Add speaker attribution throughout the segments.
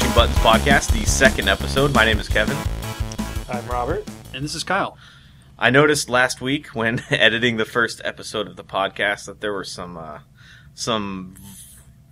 Speaker 1: Podcast, the second episode. My name is Kevin.
Speaker 2: I'm Robert.
Speaker 3: And this is Kyle.
Speaker 1: I noticed last week when editing the first episode of the podcast that there were some uh, some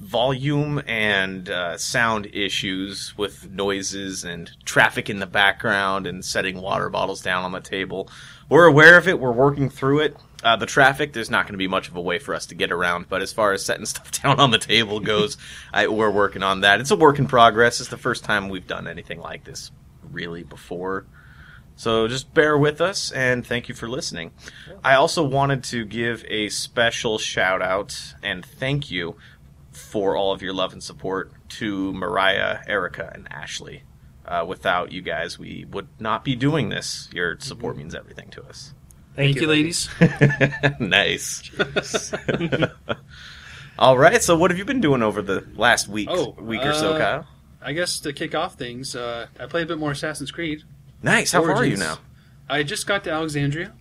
Speaker 1: volume and uh, sound issues with noises and traffic in the background and setting water bottles down on the table. We're aware of it. We're working through it. Uh, the traffic, there's not going to be much of a way for us to get around, but as far as setting stuff down on the table goes, I, we're working on that. It's a work in progress. It's the first time we've done anything like this really before. So just bear with us and thank you for listening. I also wanted to give a special shout out and thank you for all of your love and support to Mariah, Erica, and Ashley. Uh, without you guys, we would not be doing this. Your support means everything to us.
Speaker 3: Thank, you, ladies.
Speaker 1: nice. all right. So, what have you been doing over the last week,
Speaker 3: Oh,
Speaker 1: week or so,
Speaker 3: uh,
Speaker 1: Kyle?
Speaker 3: I guess to kick off things, uh, I played a bit more Assassin's Creed.
Speaker 1: Nice. How far are you
Speaker 3: Origins.
Speaker 1: now?
Speaker 3: I just got to Alexandria,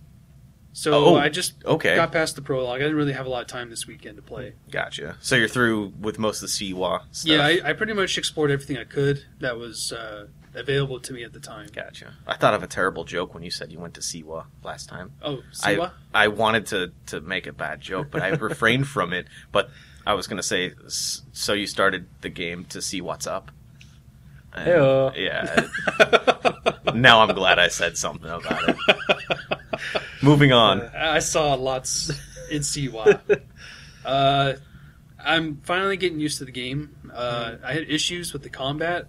Speaker 3: so
Speaker 1: Oh,
Speaker 3: I just
Speaker 1: okay.
Speaker 3: got past the prologue. I didn't really have a lot of time this weekend to play.
Speaker 1: Gotcha. So you're through with most of the Siwa stuff.
Speaker 3: Yeah, I, I pretty much explored everything I could that was uh, available to me at the time.
Speaker 1: Gotcha. I thought of a terrible joke when you said you went to Siwa last time.
Speaker 3: Oh,
Speaker 1: I-
Speaker 3: Siwa?
Speaker 1: I wanted to, to make a bad joke, but I refrained from it. But I was going to say, s- so you started the game to see what's up? And,
Speaker 2: Heyo.
Speaker 1: Yeah. now I'm glad I said something about it. Moving on.
Speaker 3: I saw lots in Siwa. uh, I'm finally getting used to the game. Uh, I had issues with the combat,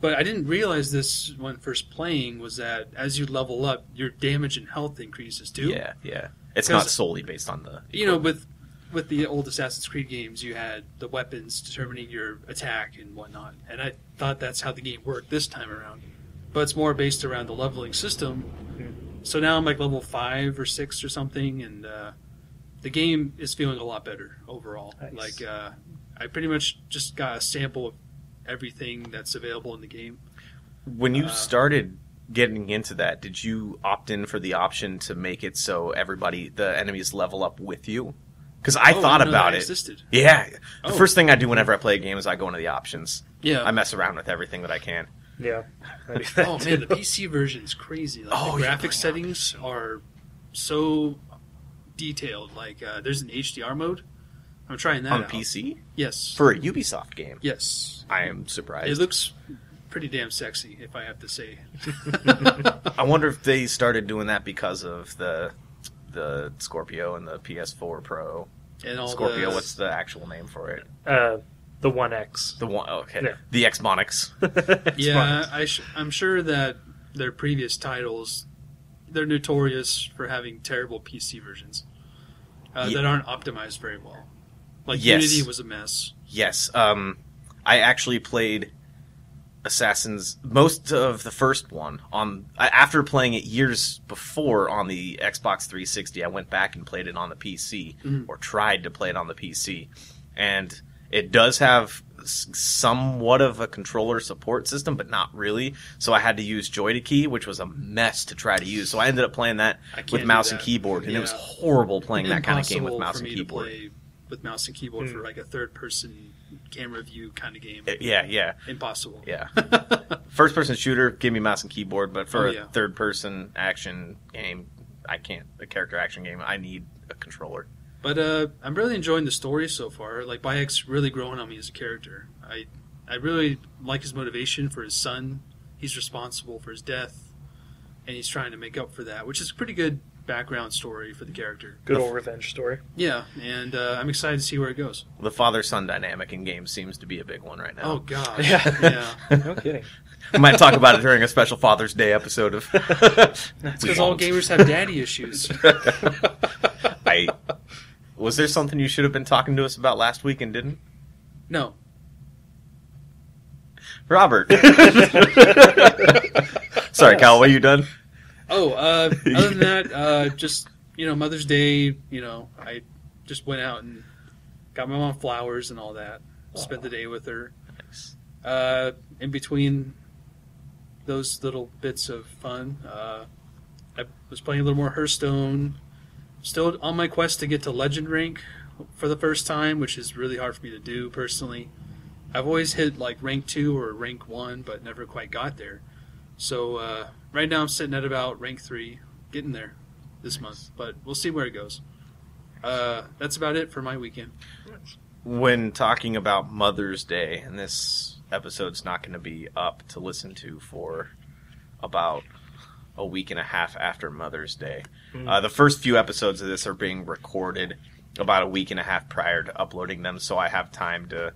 Speaker 3: but I didn't realize this when first playing was that as you level up, your damage and health increases too.
Speaker 1: Yeah, yeah. It's not
Speaker 3: 'Cause-
Speaker 1: solely based on the.
Speaker 3: You know, with with the old Assassin's Creed games, you had the weapons determining your attack and whatnot, and I thought that's how the game worked this time around. But it's more based around the leveling system. So now I'm like level five or six or something, and uh, the game is feeling a lot better overall.
Speaker 2: Nice.
Speaker 3: Like uh, I pretty much just got a sample of everything that's available in the game.
Speaker 1: When you
Speaker 3: uh,
Speaker 1: started getting into that, did you opt in for the option to make it so everybody, the enemies level up with you? Because I
Speaker 3: Oh,
Speaker 1: thought
Speaker 3: didn't know
Speaker 1: about
Speaker 3: that
Speaker 1: it.
Speaker 3: Existed.
Speaker 1: Yeah. The
Speaker 3: Oh.
Speaker 1: first thing I do whenever I play a game is I go into the options.
Speaker 3: Yeah.
Speaker 1: I mess around with everything that I can.
Speaker 2: Yeah. I do that
Speaker 3: oh
Speaker 2: too.
Speaker 3: man, the PC version's crazy. Like,
Speaker 1: Oh,
Speaker 3: the
Speaker 1: yeah,
Speaker 3: graphic
Speaker 1: yeah.
Speaker 3: settings are so detailed. Like uh, there's an HDR mode. I'm trying that
Speaker 1: On
Speaker 3: out.
Speaker 1: PC?
Speaker 3: Yes.
Speaker 1: For a Ubisoft game.
Speaker 3: yes.
Speaker 1: I am
Speaker 3: It
Speaker 1: surprised.
Speaker 3: looks pretty damn sexy, if I have to say.
Speaker 1: I wonder if they started doing that because of the the Scorpio and the PS4 Pro.
Speaker 3: and all
Speaker 1: Scorpio,
Speaker 3: the,
Speaker 1: what's the actual name for it?
Speaker 2: Uh, the One X.
Speaker 1: The one okay.
Speaker 2: Yeah.
Speaker 1: The Xmonix.
Speaker 3: Yeah, I sh- I'm sure that their previous titles, they're notorious for having terrible PC versions uh,
Speaker 1: Ye-
Speaker 3: that aren't optimized very well. Like
Speaker 1: Yes.
Speaker 3: Unity was a mess.
Speaker 1: Yes. Um, I actually played Assassin's most of the first one on I- after playing it years before on the Xbox 360. I went back and played it on the PC
Speaker 3: Mhm.
Speaker 1: or tried to play it on the PC, and it does have s- somewhat of a controller support system, but not really. So I had to use Joy-Key, which was a mess to try to use. So I ended up playing that
Speaker 3: I can't
Speaker 1: with
Speaker 3: do
Speaker 1: mouse and
Speaker 3: that.
Speaker 1: keyboard, and it was
Speaker 3: Yeah.
Speaker 1: horrible playing that kind of game with
Speaker 3: Impossible
Speaker 1: mouse
Speaker 3: for
Speaker 1: and
Speaker 3: me to
Speaker 1: keyboard.
Speaker 3: play with mouse and keyboard
Speaker 2: Hmm.
Speaker 3: for like a third person camera view kind of game.
Speaker 1: Uh, Yeah, yeah.
Speaker 3: Impossible.
Speaker 1: Yeah. First person shooter, give me mouse and keyboard, but for
Speaker 3: Oh,
Speaker 1: a
Speaker 3: yeah.
Speaker 1: third person action game, I can't. A character action game, I need a controller.
Speaker 3: But uh, I'm really enjoying the story so far. Like Bayek's really growing on me as a character. I I really like his motivation for his son. He's responsible for his death, and he's trying to make up for that, which is a pretty good background story for the character.
Speaker 2: Good old revenge story.
Speaker 3: Yeah, and uh, I'm excited to see where it goes.
Speaker 1: The father son dynamic in games seems to be a big one right
Speaker 3: Oh
Speaker 1: now.
Speaker 3: God.
Speaker 2: Yeah.
Speaker 3: yeah.
Speaker 2: No kidding.
Speaker 1: we might talk about it during a special Father's Day episode of
Speaker 3: It's because all gamers have daddy issues.
Speaker 1: I was there something you should have been talking to us about last week and didn't?
Speaker 3: No.
Speaker 1: Robert. Sorry, Cal, were you done?
Speaker 3: Oh, uh, other than that, uh, just you know, Mother's Day. You know, I just went out and got my mom flowers and all that. Spent the day with her.
Speaker 1: Nice.
Speaker 3: Uh, in between those little bits of fun, uh, I was playing a little more Hearthstone. Still on my quest to get to Legend rank for the first time, which is really hard for me to do personally. I've always hit like rank two or rank one, but never quite got there. So uh, right now I'm sitting at about rank three, getting there this month, but we'll see where it goes. Uh, that's about it for my weekend.
Speaker 1: when talking about Mother's Day, and this episode's not going to be up to listen to for about a week and a half after Mother's Day.
Speaker 2: Mm.
Speaker 1: Uh, the first few episodes of this are being recorded about a week and a half prior to uploading them, so I have time to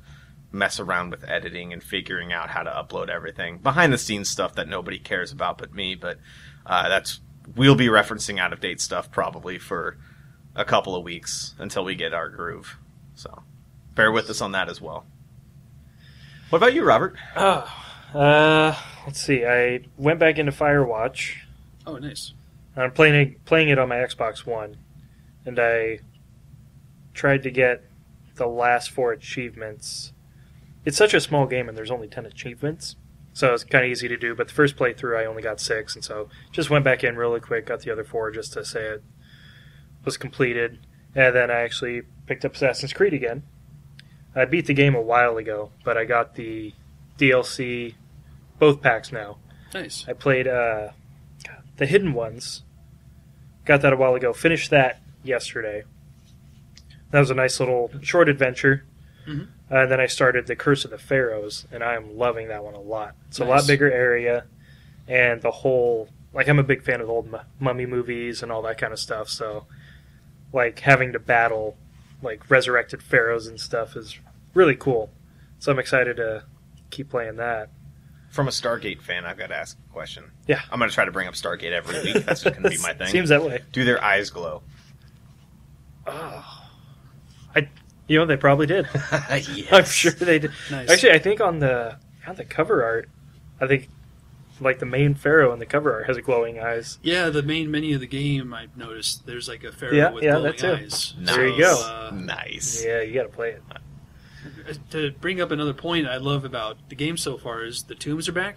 Speaker 1: mess around with editing and figuring out how to upload everything. Behind the scenes stuff that nobody cares about but me, but uh, that's we'll be referencing out of date stuff probably for a couple of weeks until we get our groove. So bear with us on that as well. What about you, Robert?
Speaker 2: Oh, uh, let's see. I went back into Firewatch.
Speaker 3: Oh, nice.
Speaker 2: I'm playing it, playing it on my Xbox One, and I tried to get the last four achievements. It's such a small game, and there's only ten achievements, so it's kind of easy to do. But the first playthrough, I only got six, and so just went back in really quick, got the other four just to say it was completed, and then I actually picked up Assassin's Creed again. I beat the game a while ago, but I got the DLC, both packs now.
Speaker 3: Nice.
Speaker 2: I played uh, the Hidden Ones. Got that a while ago. Finished that yesterday. That was a nice little short adventure.
Speaker 3: Mhm.
Speaker 2: Uh, and then I started the Curse of the Pharaohs, and I'm loving that one a lot. It's a
Speaker 3: Nice.
Speaker 2: lot bigger area, and the whole like I'm a big fan of the old mu- mummy movies and all that kind of stuff. So, like having to battle like resurrected pharaohs and stuff is really cool. So I'm excited to keep playing that.
Speaker 1: From a Stargate fan, I've got to ask a question.
Speaker 2: Yeah.
Speaker 1: I'm going to try to bring up Stargate every week. That's just going to be my thing.
Speaker 2: Seems that way.
Speaker 1: Do their eyes glow?
Speaker 2: Oh. You know, they probably did.
Speaker 1: yes.
Speaker 2: I'm sure they did.
Speaker 3: Nice.
Speaker 2: Actually, I think on the on the cover art, I think like the main pharaoh in the cover art has glowing eyes.
Speaker 3: yeah, the main menu of the game I've noticed there's like a pharaoh
Speaker 2: Yeah,
Speaker 3: with
Speaker 2: yeah,
Speaker 3: glowing
Speaker 2: that too.
Speaker 3: eyes.
Speaker 2: There you
Speaker 3: So,
Speaker 2: go.
Speaker 3: uh,
Speaker 1: nice.
Speaker 2: Yeah, you got to play it.
Speaker 3: to bring up another point I love about the game so far is the tombs are back.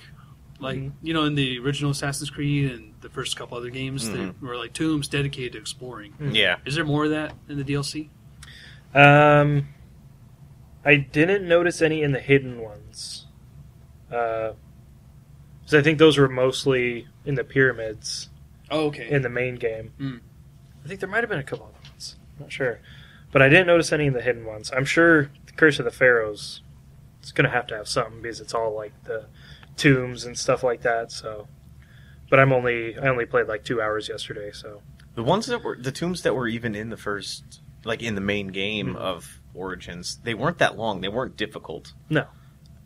Speaker 3: Like
Speaker 2: Mhm.
Speaker 3: you know, in the original Assassin's Creed and the first couple other games,
Speaker 1: Mhm.
Speaker 2: Mm-hmm.
Speaker 3: they were like tombs dedicated to exploring.
Speaker 1: Yeah.
Speaker 3: Is there more of that in the DLC?
Speaker 2: Um, I didn't notice any in the hidden ones. Uh, 'cause I think those were mostly in the pyramids
Speaker 3: Oh, okay.
Speaker 2: in the main game.
Speaker 3: Mm.
Speaker 2: I think there might have been a couple other ones. I'm not sure, but I didn't notice any of the hidden ones. I'm sure the Curse of the Pharaohs. It's gonna have to have something because it's all like the tombs and stuff like that. So, but I'm only I only played like two hours yesterday. So
Speaker 1: The ones that were the tombs that were even in the first, like in the main game
Speaker 3: Hmm.
Speaker 2: Mhm.
Speaker 1: of Origins, they weren't that long. They weren't difficult.
Speaker 2: No.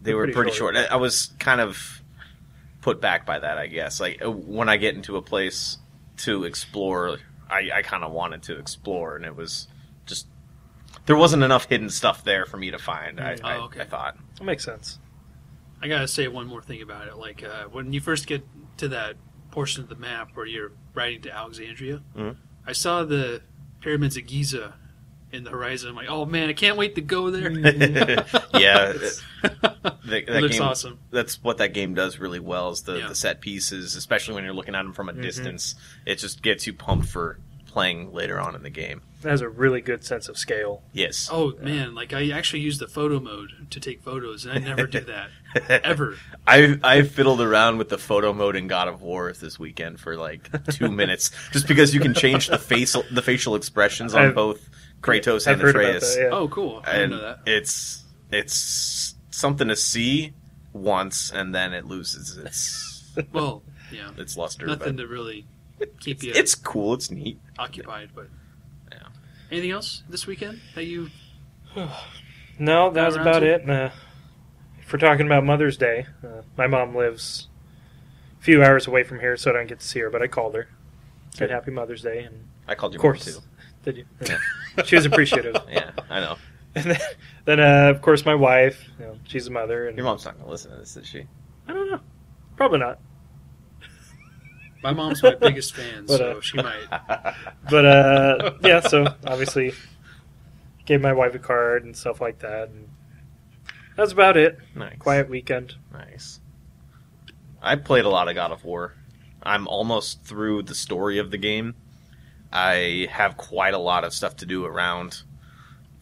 Speaker 1: they
Speaker 2: They're
Speaker 1: were
Speaker 2: pretty
Speaker 1: pretty short.
Speaker 2: short.
Speaker 1: I, I was kind of put back by that, I guess. Like uh, when I get into a place to explore, I, I kind of wanted to explore, and it was just there wasn't enough hidden stuff there for me to find. I,
Speaker 2: Mm.
Speaker 1: I,
Speaker 3: Oh, okay.
Speaker 1: I thought.
Speaker 2: that makes sense.
Speaker 3: I gotta say one more thing about it. Like uh, when you first get to that portion of the map where you're riding to Alexandria,
Speaker 1: Mhm.
Speaker 3: I saw the pyramids of Giza in the horizon. I'm like, oh man, I can't wait to go there.
Speaker 1: yeah, it-
Speaker 3: it
Speaker 1: that, that
Speaker 3: looks
Speaker 1: game,
Speaker 3: awesome.
Speaker 1: that's what that game does really well is the,
Speaker 3: Yeah.
Speaker 1: the set pieces, especially when you're looking at them from a
Speaker 2: Mhm.
Speaker 1: distance. It just gets you pumped for playing later on in the game.
Speaker 2: It has a really good sense of scale.
Speaker 1: Yes.
Speaker 3: Oh man, like I actually use the photo mode to take photos, and I never do that ever.
Speaker 1: I I fiddled around with the photo mode in God of War this weekend for like two minutes, just because you can change the facial the facial expressions on
Speaker 2: I've-
Speaker 1: both Kratos
Speaker 2: I've
Speaker 1: and
Speaker 2: heard about
Speaker 1: Atreus,
Speaker 2: that. Yeah.
Speaker 3: Oh, cool! I didn't
Speaker 1: and
Speaker 3: know that.
Speaker 1: it's it's something to see once and then it loses its
Speaker 3: Well, yeah,
Speaker 1: its luster.
Speaker 3: nothing
Speaker 1: but
Speaker 3: to really keep you
Speaker 1: it's cool. It's neat.
Speaker 3: occupied. But
Speaker 1: Yeah.
Speaker 3: anything else this weekend that you?
Speaker 2: No, that
Speaker 3: Got
Speaker 2: was
Speaker 3: around
Speaker 2: about
Speaker 3: to
Speaker 2: it. Uh, if we're talking about Mother's Day, uh, my mom lives a few hours away from here, so I don't get to see her, but I called her.
Speaker 1: Good.
Speaker 2: Said Happy Mother's Day, and
Speaker 1: I called you
Speaker 2: of
Speaker 1: mom,
Speaker 2: course,
Speaker 1: too.
Speaker 2: did you? she was appreciative.
Speaker 1: Yeah, I know.
Speaker 2: And then, then uh, of course, my wife. You know, she's a mother, and
Speaker 1: Your mom's not gonna listen to this, is she?
Speaker 2: I don't know, probably not.
Speaker 3: My mom's my biggest fan,
Speaker 2: But,
Speaker 3: so
Speaker 2: uh,
Speaker 3: she might.
Speaker 2: But uh, yeah, so obviously, gave my wife a card and stuff like that. And that's about it.
Speaker 1: nice.
Speaker 2: Quiet weekend.
Speaker 1: Nice. I played a lot of God of War. I'm almost through the story of the game. I have quite a lot of stuff to do around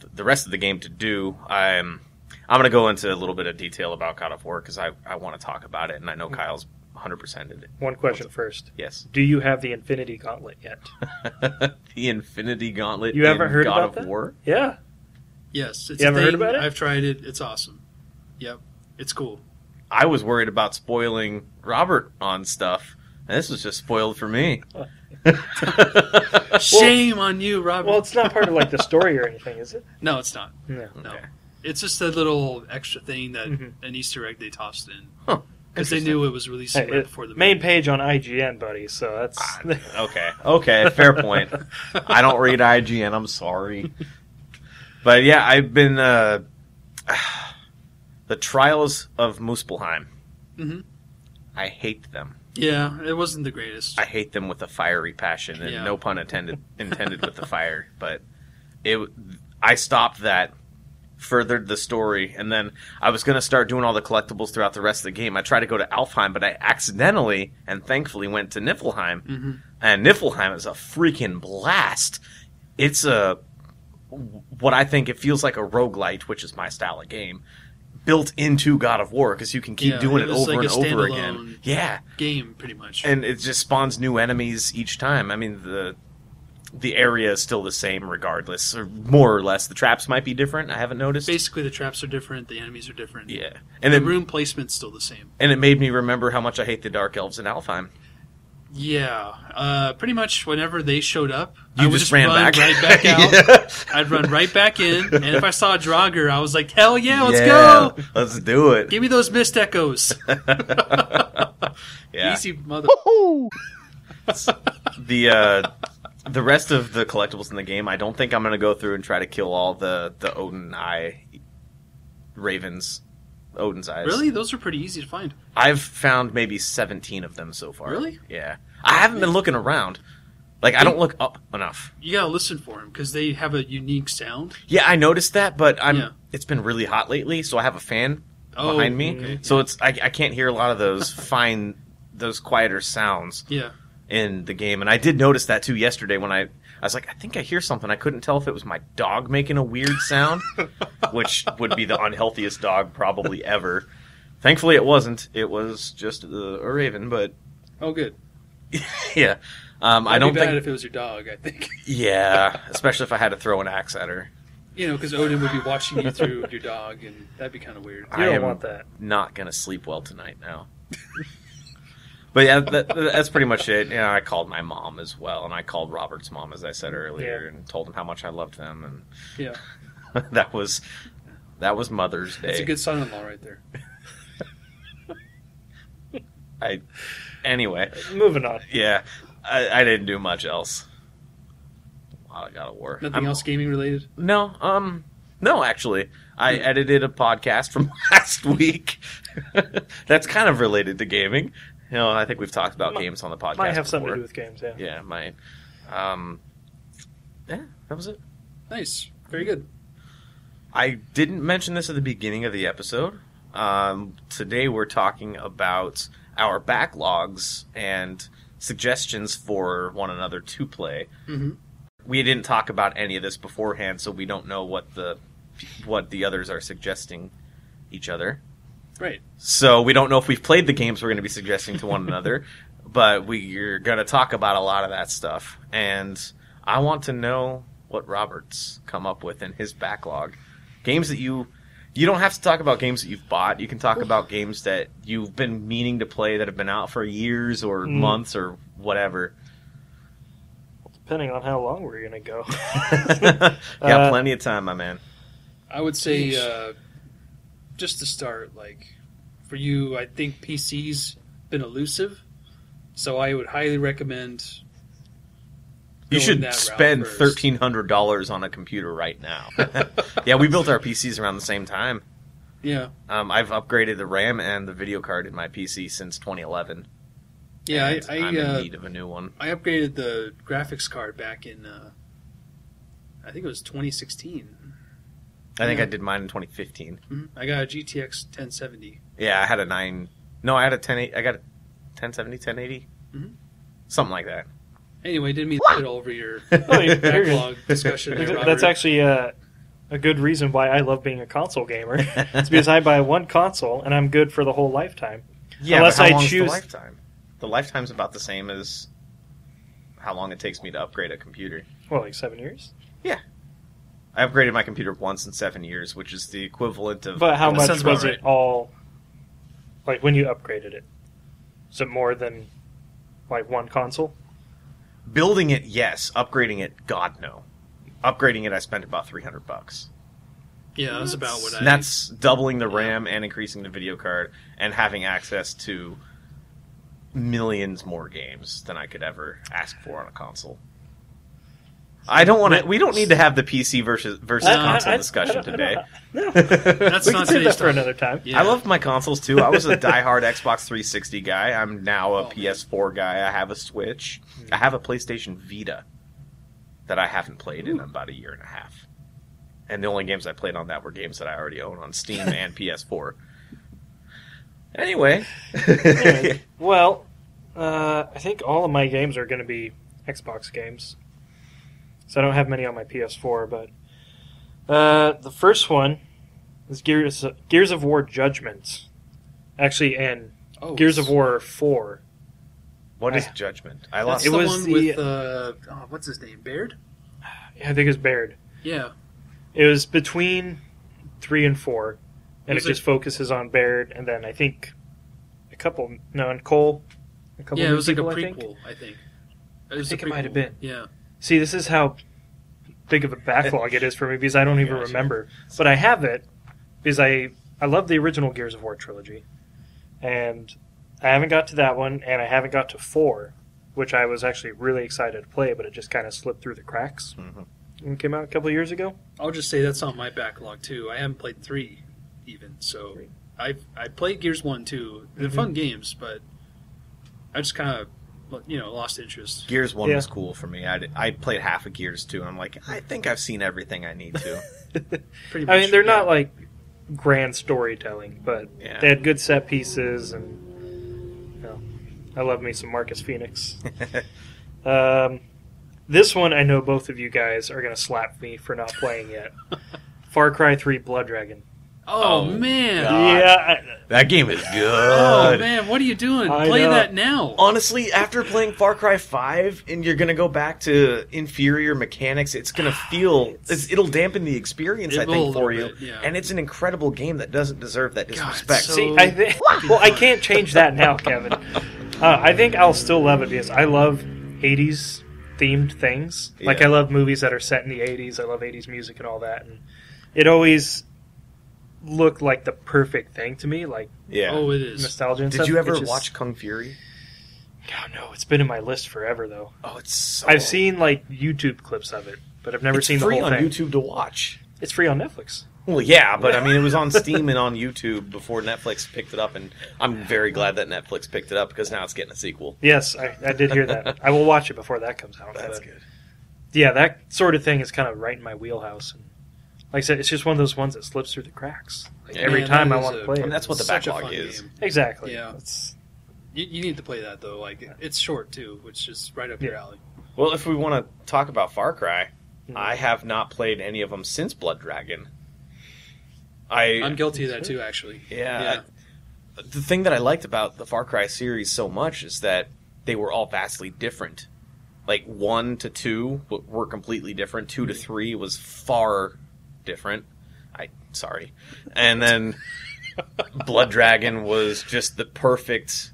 Speaker 1: th- the rest of the game to do. I'm I'm going to go into a little bit of detail about God of War because I, I want to talk about it, and I
Speaker 2: Mm-hmm.
Speaker 1: know Kyle's 100% in it.
Speaker 2: One question first.
Speaker 1: Yes.
Speaker 2: Do you have the Infinity Gauntlet yet?
Speaker 1: the Infinity Gauntlet
Speaker 2: You haven't
Speaker 1: in
Speaker 2: heard
Speaker 1: God
Speaker 2: about
Speaker 1: of
Speaker 2: that?
Speaker 1: War?
Speaker 2: Yeah.
Speaker 3: Yes, it's
Speaker 2: You
Speaker 3: a
Speaker 2: ever heard
Speaker 3: thing.
Speaker 2: about it?
Speaker 3: I've tried it. It's awesome. Yep, it's cool.
Speaker 1: I was worried about spoiling Robert on stuff, and this was just spoiled for me.
Speaker 3: Shame on you, Robert.
Speaker 2: Well, it's not part of like the story or anything, is it?
Speaker 3: no, it's not.
Speaker 2: No.
Speaker 3: No,
Speaker 1: Okay.
Speaker 3: it's just a little extra thing that
Speaker 2: Mhm.
Speaker 3: an Easter egg they tossed in
Speaker 1: Mm-hmm. Huh.
Speaker 3: because they knew it was releasing
Speaker 2: Hey,
Speaker 3: right
Speaker 2: it-
Speaker 3: before the
Speaker 2: main
Speaker 3: movie.
Speaker 2: page on IGN, buddy. So that's
Speaker 1: Ah, okay. Okay. Fair point. I don't read IGN. I'm sorry. But yeah, I've been uh, the Trials of Muspelheim.
Speaker 3: Mhm.
Speaker 1: I hate them.
Speaker 3: Yeah, it wasn't the greatest.
Speaker 1: I hate them with a fiery passion, and
Speaker 3: Yeah.
Speaker 1: no pun intended intended with the fire. But it, I stopped that, furthered the story, and then I was going to start doing all the collectibles throughout the rest of the game. I tried to go to Alfheim, but I accidentally and thankfully went to Niflheim,
Speaker 3: hmm
Speaker 1: and Niflheim is a freaking blast. It's a what I think it feels like a roguelite, which is my style of game, built into God of War because you can keep
Speaker 3: Yeah,
Speaker 1: doing
Speaker 3: it
Speaker 1: it,
Speaker 3: was
Speaker 1: over
Speaker 3: like
Speaker 1: and
Speaker 3: a
Speaker 1: over
Speaker 3: standalone.
Speaker 1: again. Yeah,
Speaker 3: Game pretty much.
Speaker 1: and it just spawns new enemies each time. I mean the the area is still the same regardless, or more or less. The traps might be different. I haven't noticed.
Speaker 3: Basically, the traps are different. The enemies are different.
Speaker 1: Yeah, and
Speaker 3: and the
Speaker 1: it
Speaker 3: room placement's still the same.
Speaker 1: and it made me remember how much I hate the dark elves in Alfheim.
Speaker 3: Yeah, uh, pretty much whenever they showed up, I
Speaker 1: You
Speaker 3: would
Speaker 1: just, ran
Speaker 3: run
Speaker 1: back,
Speaker 3: right back out.
Speaker 1: Yeah.
Speaker 3: I'd run right back in, and if I saw Draugr, I was like, "Hell yeah, let's
Speaker 1: Yeah,
Speaker 3: go!
Speaker 1: Let's do it.
Speaker 3: Give me those mist echoes."
Speaker 1: yeah.
Speaker 3: Easy mother.
Speaker 1: the uh, the rest of the collectibles in the game, I don't think I'm going to go through and try to kill all the the Odin eye ravens, Odin's eyes.
Speaker 3: Really, those are pretty easy to find.
Speaker 1: I've found maybe 17 of them so far.
Speaker 3: Really?
Speaker 1: Yeah. I haven't been looking around. Like I don't look up enough.
Speaker 3: You gotta listen for them because they have a unique sound.
Speaker 1: Yeah, I noticed that, but I'm
Speaker 3: Yeah.
Speaker 1: it's been really hot lately, so I have a fan
Speaker 3: Oh,
Speaker 1: behind me,
Speaker 2: okay.
Speaker 1: so it's I, I can't hear a lot of those fine those quieter sounds.
Speaker 3: yeah,
Speaker 1: in the game, and I did notice that too yesterday when I I was like, I think I hear something. I couldn't tell if it was my dog making a weird sound, which would be the unhealthiest dog probably ever. Thankfully, it wasn't. It was just uh, a raven, but
Speaker 3: oh, good.
Speaker 1: yeah, um, I
Speaker 3: I'd
Speaker 1: don't
Speaker 3: be bad
Speaker 1: think.
Speaker 3: if it was your dog. I think
Speaker 1: Yeah, especially if I had to throw an axe at her.
Speaker 3: you know because Odin would be watching you through your dog, and that'd be kind of weird.
Speaker 2: you
Speaker 1: I
Speaker 2: don't
Speaker 1: am-
Speaker 2: want that.
Speaker 1: Not gonna sleep well tonight now. But yeah, that, that's pretty much it. You know, I called my mom as well, and I called Robert's mom, as I said earlier, and told him how much I loved them, and
Speaker 3: Yeah,
Speaker 1: that was that was Mother's Day.
Speaker 3: it's a good son-in-law right there.
Speaker 1: I anyway,
Speaker 2: Moving on.
Speaker 1: yeah, I, I didn't do much else. Wow, I got to work.
Speaker 3: Nothing
Speaker 1: I'm-
Speaker 3: else gaming related.
Speaker 1: No, um, no. Actually, I
Speaker 2: Hmm.
Speaker 1: edited a podcast from last week. That's kind of related to gaming. You know, I think we've talked about
Speaker 2: Might-
Speaker 1: games on the podcast.
Speaker 2: Might have something
Speaker 1: before.
Speaker 2: to do with games. Yeah.
Speaker 1: Yeah, might. Um, yeah, that was it.
Speaker 3: Nice, very good.
Speaker 1: I didn't mention this at the beginning of the episode. Um, today we're talking about our backlogs and suggestions for one another to play.
Speaker 3: hmm
Speaker 1: We didn't talk about any of this beforehand, so we don't know what the what the others are suggesting each other.
Speaker 3: Right.
Speaker 1: So we don't know if we've played the games we're going to be suggesting to one another, but we're going to talk about a lot of that stuff. And I want to know what Roberts come up with in his backlog. Games that you you don't have to talk about games that you've bought. You can talk about games that you've been meaning to play that have been out for years or
Speaker 2: Mm.
Speaker 1: months or whatever.
Speaker 2: Depending on how long we're gonna go.
Speaker 1: Got
Speaker 2: Uh,
Speaker 1: plenty of time, my man.
Speaker 3: I would say uh, just to start, like for you, I think PC's been elusive, so I would highly recommend.
Speaker 1: You
Speaker 3: going that
Speaker 1: should
Speaker 3: route
Speaker 1: spend
Speaker 3: first.
Speaker 1: thirteen hundred dollars on a computer right now. yeah, we built our PCs around the same time.
Speaker 3: Yeah,
Speaker 1: Um, I've upgraded the RAM and the video card in my PC since 2011.
Speaker 3: yeah. I
Speaker 1: and
Speaker 3: I,
Speaker 1: I'm
Speaker 3: uh,
Speaker 1: in need of a new one.
Speaker 3: I upgraded the graphics card back in. Uh, I think it was 2016.
Speaker 1: I think
Speaker 3: yeah.
Speaker 1: I did mine in 2015.
Speaker 3: Mhm.
Speaker 2: Mm-hmm.
Speaker 3: I got a GTX 1070.
Speaker 1: Yeah, I had a nine. No, I had a 10. eight- I got a 1070, 1080,
Speaker 3: Mhm.
Speaker 1: something like that.
Speaker 3: Anyway, didn't mean to put it all over your
Speaker 2: No, you're- you're good.
Speaker 3: backlog discussion. There,
Speaker 2: That's
Speaker 3: Robert.
Speaker 2: actually uh, a good reason why I love being a console gamer. it's because I buy one console and I'm good for the whole lifetime.
Speaker 1: Yeah,
Speaker 2: Unless
Speaker 1: but how
Speaker 2: I
Speaker 1: long is
Speaker 2: choose-
Speaker 1: the lifetime. The lifetime's about the same as how long it takes me to upgrade a computer.
Speaker 2: Well, like seven years.
Speaker 1: I upgraded my computer once in seven years, which is the equivalent of.
Speaker 2: But how
Speaker 3: that
Speaker 2: much
Speaker 3: sounds
Speaker 2: was
Speaker 3: about
Speaker 2: it all? Like when you upgraded it, is it more than like one console?
Speaker 1: Building it, yes. Upgrading it, God no. Upgrading it, I spent about three hundred bucks.
Speaker 3: Yeah, that's about what I.
Speaker 1: And that's doubling the RAM and increasing the video card and having access to millions more games than I could ever ask for on a console. I don't want to. We don't need to have the PC versus versus
Speaker 2: Uh, I- I-
Speaker 1: console
Speaker 2: I- I
Speaker 1: discussion
Speaker 2: don't- I
Speaker 1: today.
Speaker 2: don't- No,
Speaker 1: That's
Speaker 2: we
Speaker 3: not
Speaker 2: can save
Speaker 3: today's
Speaker 2: that for
Speaker 3: topic.
Speaker 2: another time.
Speaker 3: Yeah.
Speaker 1: I love my consoles too. I was a diehard Xbox 360 guy. I'm now a
Speaker 3: Oh, man.
Speaker 1: PS4 guy. I have a Switch. I have a PlayStation Vita that I haven't played in about a year and a half. And the only games I played on that were games that I already own on Steam and PS4. Anyway,
Speaker 2: Anyway, well, uh, I think all of my games are going to be Xbox games. So I don't have many on my PS4, but uh, the first one is Gears Gears of War Judgment. Actually, and
Speaker 3: Oh,
Speaker 2: Gears of
Speaker 3: it's-
Speaker 2: War 4.
Speaker 1: what is
Speaker 2: I-
Speaker 1: Judgment? I
Speaker 3: That's
Speaker 1: lost.
Speaker 2: It
Speaker 3: the
Speaker 2: was
Speaker 3: one
Speaker 2: the-
Speaker 3: with uh, oh, what's his name, Baird?
Speaker 2: I think it was Baird.
Speaker 3: Yeah,
Speaker 2: It was between 3 and 4, and
Speaker 3: Was
Speaker 2: it, just focuses on Baird, and then I think a couple, no, and Cole. A couple
Speaker 3: yeah, it
Speaker 2: new
Speaker 3: was like a
Speaker 2: people, I think.
Speaker 3: prequel, I think. It was a
Speaker 2: think it might have
Speaker 3: prequel.
Speaker 2: been.
Speaker 3: Yeah,
Speaker 2: See, this is how big of a backlog it is for me because I don't even
Speaker 1: Gotcha.
Speaker 2: remember. But I have it because I I love the original Gears of War trilogy, and I haven't got to that one, and I haven't got to four, which I was actually really excited to play, but it just kind of slipped through the cracks
Speaker 1: Mhm.
Speaker 2: when it came out a couple of years ago.
Speaker 3: I'll just say that's on my backlog too. I haven't played three, even so.
Speaker 2: Three.
Speaker 3: I I played Gears one too. They're
Speaker 2: Mhm.
Speaker 3: fun games, but I just kind of you know lost interest.
Speaker 1: Gears One
Speaker 2: Yeah.
Speaker 1: was cool for me. I, did- I played half of Gears Two, and I'm like, I think I've seen everything I need to.
Speaker 3: Pretty much.
Speaker 2: I mean, they're
Speaker 3: yeah.
Speaker 2: not like grand storytelling, but
Speaker 1: Yeah.
Speaker 2: they had good set pieces, and you know, I love me some Marcus Phoenix. Um, this one I know both of you guys are gonna slap me for not playing it. Far Cry Three Blood Dragon.
Speaker 3: Oh,
Speaker 1: Oh,
Speaker 3: man.
Speaker 1: God.
Speaker 2: Yeah,
Speaker 1: that game is
Speaker 3: Oh
Speaker 1: good.
Speaker 3: man, what are you doing?
Speaker 2: I
Speaker 3: Play
Speaker 2: know.
Speaker 3: that now.
Speaker 1: Oh, honestly, after playing Far Cry Five, and you're gonna go back to inferior mechanics, it's gonna feel it's, it'll dampen the experience,
Speaker 3: It
Speaker 1: I
Speaker 3: will a
Speaker 1: think, for
Speaker 3: little
Speaker 1: you.
Speaker 3: bit, yeah.
Speaker 1: And it's an incredible game that doesn't deserve that
Speaker 3: God,
Speaker 1: disrespect.
Speaker 2: I,
Speaker 3: So-
Speaker 2: see, I think. Well, I can't change that now, Kevin. Uh, I think I'll still love it because I love '80s themed things. Like
Speaker 1: Yeah.
Speaker 2: I love movies that are set in the '80s. I love '80s music and all that, and it always looked like the perfect thing to me, like
Speaker 1: yeah.
Speaker 3: Oh, it is.
Speaker 2: nostalgia. And
Speaker 1: Did
Speaker 2: stuff.
Speaker 1: you
Speaker 2: It
Speaker 1: ever
Speaker 2: just-
Speaker 1: watch Kung Fury?
Speaker 2: God, no, it's been in my list forever though.
Speaker 1: Oh, it's so
Speaker 2: I've seen like YouTube clips of it, but I've never
Speaker 1: it's
Speaker 2: seen the
Speaker 1: free
Speaker 2: whole
Speaker 1: on
Speaker 2: thing.
Speaker 1: YouTube to watch.
Speaker 2: It's free on Netflix.
Speaker 1: Well, yeah, but I mean, it was on Steam and on YouTube before Netflix picked it up, and I'm very glad that Netflix picked it up because now it's getting a sequel.
Speaker 2: Yes, I, I did hear that. I will watch it before that comes out. but-
Speaker 1: good.
Speaker 2: Yeah, that sort of thing is kind of right in my wheelhouse. And like I said, it's just one of those ones that slips through the cracks. Like,
Speaker 1: Yeah.
Speaker 2: every
Speaker 3: Man,
Speaker 2: time
Speaker 3: that
Speaker 2: I
Speaker 3: is
Speaker 2: want to
Speaker 3: a-
Speaker 2: play
Speaker 1: And
Speaker 2: it.
Speaker 1: that's what the
Speaker 3: Such a
Speaker 1: backlog
Speaker 3: fun
Speaker 1: is.
Speaker 3: game.
Speaker 2: Exactly.
Speaker 3: Yeah.
Speaker 2: It's-
Speaker 3: You, you need to play that though. Like it's short too, which is right up your
Speaker 2: Yeah.
Speaker 3: alley.
Speaker 1: Well, if we want to talk about Far Cry,
Speaker 2: Mm.
Speaker 1: I have not played any of them since Blood Dragon. I
Speaker 3: I'm guilty of that too, actually.
Speaker 1: yeah.
Speaker 3: Yeah.
Speaker 1: I- the thing that I liked about the Far Cry series so much is that they were all vastly different. Like one to two w- were completely different. Two to three was far different. I sorry, and then Blood Dragon was just the perfect.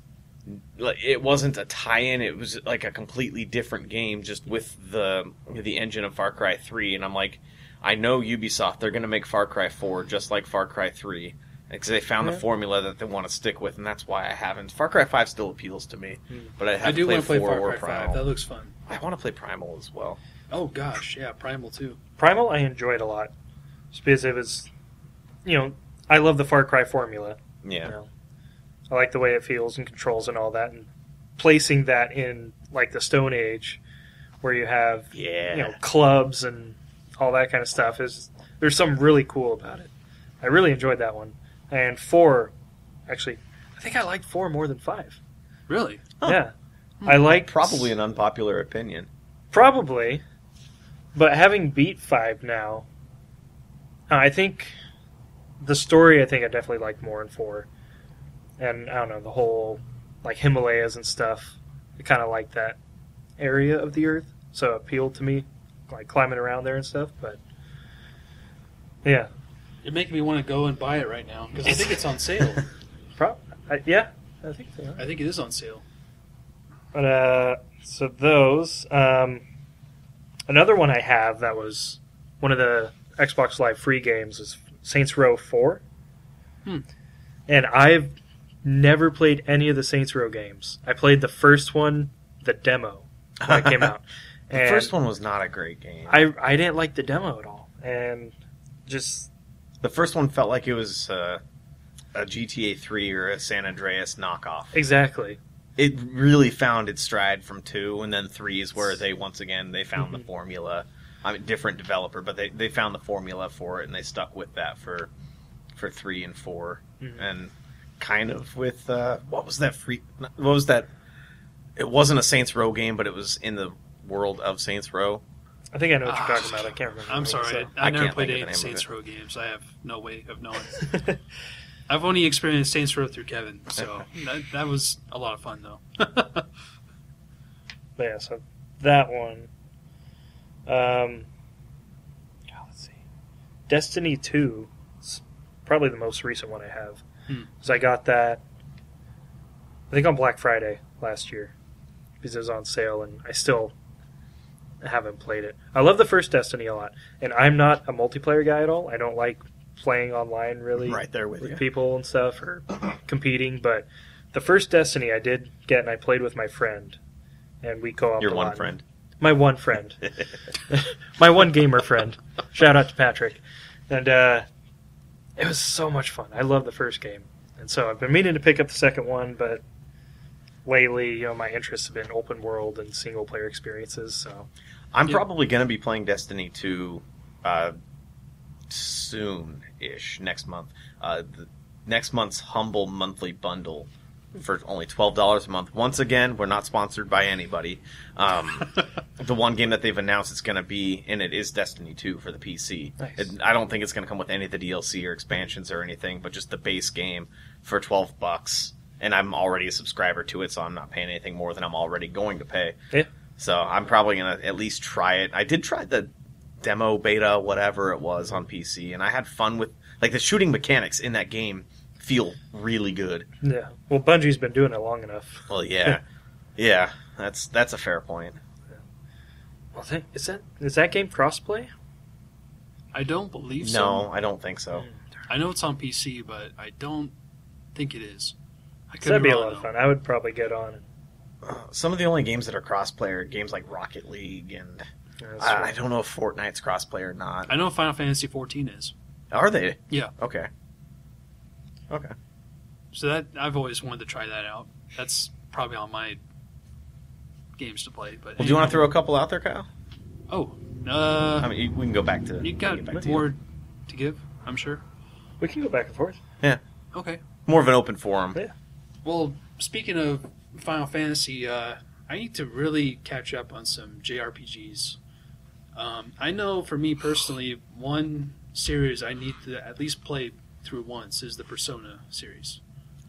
Speaker 1: Like it wasn't a tie-in; it was like a completely different game, just with the the engine of Far Cry Three. And I'm like, I know Ubisoft; they're going to make Far Cry Four just like Far Cry Three, because they found
Speaker 2: Yeah.
Speaker 1: the formula that they want to stick with, and that's why I haven't. Far Cry Five still appeals to me,
Speaker 2: Hmm.
Speaker 1: but I
Speaker 3: I
Speaker 1: have
Speaker 3: do
Speaker 1: played
Speaker 3: want to play
Speaker 1: Four
Speaker 3: Far
Speaker 1: or
Speaker 3: Cry Five.
Speaker 1: Primal.
Speaker 3: That looks fun.
Speaker 1: I want to play Primal as well.
Speaker 3: Oh gosh, yeah, Primal too.
Speaker 2: Primal, I enjoyed a lot. Just because it was, you know, I love the Far Cry formula.
Speaker 1: Yeah,
Speaker 2: You know, I like the way it feels and controls and all that, and placing that in like the Stone Age, where you have
Speaker 1: yeah.
Speaker 2: you know clubs and all that kind of stuff is there's something really cool about it. I really enjoyed that one. And four, actually, I think I liked four more than five.
Speaker 3: Really?
Speaker 1: Huh. Hmm.
Speaker 2: Yeah, I like
Speaker 1: Probably an unpopular opinion.
Speaker 2: probably, but having beat five now, Uh, I think the story I think I definitely liked more in four, and I don't know the whole like Himalayas and stuff. I kind of like that area of the Earth, so it appealed to me, like climbing around there and stuff. But yeah,
Speaker 3: You're making me want to go and buy it right now because I think it's on sale.
Speaker 2: prob I, yeah, I think they are.
Speaker 3: I think it is on sale.
Speaker 2: But uh, so those. Um, another one I have that was one of the Xbox Live free games is Saints Row Four.
Speaker 3: Hmm.
Speaker 2: And I've never played any of the Saints Row games. I played the first one, the demo when it came out.
Speaker 1: The
Speaker 2: and
Speaker 1: first one was not a great game.
Speaker 2: I I didn't like the demo at all, and just
Speaker 1: the first one felt like it was uh, a GTA 3 or a San Andreas knockoff.
Speaker 2: exactly
Speaker 1: It really found its stride from 2 and then 3 is where they once again they found
Speaker 2: Mm-hmm.
Speaker 1: the formula. I mean different developer, but they, they found the formula for it and they stuck with that for for 3 and 4
Speaker 2: Mhm.
Speaker 1: and kind of with uh, what was that free what was that it wasn't a Saints Row game, but it was in the world of Saints Row.
Speaker 2: I think I know what
Speaker 3: Ah,
Speaker 2: you're talking about. I can't remember.
Speaker 3: I'm
Speaker 2: what
Speaker 3: sorry,
Speaker 2: it's,
Speaker 1: I
Speaker 3: I, never
Speaker 1: can't
Speaker 3: played
Speaker 1: think
Speaker 3: any
Speaker 1: of
Speaker 3: of
Speaker 1: the
Speaker 3: the
Speaker 1: name of
Speaker 3: Saints Row games. I have no way of knowing.
Speaker 2: uh,
Speaker 3: I've only experienced Saints Row through Kevin, so that, that was a lot of fun though.
Speaker 2: But yeah, so that one. Um, oh, let's see. Destiny 2 is probably the most recent one I have.
Speaker 3: Hmm.
Speaker 2: So I got that, I think on Black Friday last year, because it was on sale, and I still haven't played it. I love the first Destiny a lot, and I'm not a multiplayer guy at all. I don't like playing online really
Speaker 1: Right there with
Speaker 2: with
Speaker 1: you.
Speaker 2: people and stuff or competing. But the first Destiny I did get, and I played with my friend, and we co-op.
Speaker 1: Your
Speaker 2: a
Speaker 1: one
Speaker 2: lot.
Speaker 1: friend.
Speaker 2: My one friend. my one gamer friend. Shout out to Patrick. And uh, it was so much fun. I love the first game, and so I've been meaning to pick up the second one, but lately, you know, my interests have been open world and single player experiences. So
Speaker 1: I'm
Speaker 3: Yeah.
Speaker 1: probably going to be playing Destiny 2 uh, soon ish, next month. Uh, the, next month's Humble Monthly Bundle for only $12 a month. Once again, we're not sponsored by anybody. Um, the one game that they've announced it's going to be in it is Destiny 2 for the PC.
Speaker 2: Nice.
Speaker 1: It- I don't think it's going to come with any of the DLC or expansions or anything, but just the base game for 12 bucks. And I'm already a subscriber to it, so I'm not paying anything more than I'm already going to pay.
Speaker 2: yeah,
Speaker 1: So I'm probably gonna at least try it. I did try the demo beta, whatever it was on PC, and I had fun with like the shooting mechanics in that game feel really good.
Speaker 2: yeah. Well, Bungie's been doing it long enough.
Speaker 1: Well, yeah, yeah, that's that's a fair point.
Speaker 2: Well, th- is that is that game crossplay?
Speaker 3: I don't believe so.
Speaker 1: No, I don't think so.
Speaker 3: I know it's on PC, but I don't think it is. I could
Speaker 2: So that'd be a
Speaker 3: wrong,
Speaker 2: lot of
Speaker 3: though.
Speaker 2: fun. I would probably get on. And,
Speaker 1: Uh, Some of the only games that are cross-play are games like Rocket League, and
Speaker 2: uh,
Speaker 1: I, I
Speaker 2: sort of-
Speaker 1: don't know if Fortnite's cross-play or not.
Speaker 3: I know Final Fantasy 14 is.
Speaker 1: Are they?
Speaker 3: Yeah.
Speaker 1: Okay. Okay.
Speaker 3: So that I've always wanted to try that out. That's probably on my games to play. But
Speaker 1: Well, do you want to throw a couple out there, Kyle?
Speaker 3: Oh, uh,
Speaker 1: I mean, you- we can go back to.
Speaker 3: you
Speaker 1: we can
Speaker 3: got
Speaker 1: get back to you.
Speaker 3: more to give, I'm sure.
Speaker 2: We can go back and forth.
Speaker 3: Okay.
Speaker 1: more of an open forum.
Speaker 3: Well, speaking of Final Fantasy, uh, I need to really catch up on some JRPGs. Um, I know for me personally, one series I need to at least play through once is the Persona series.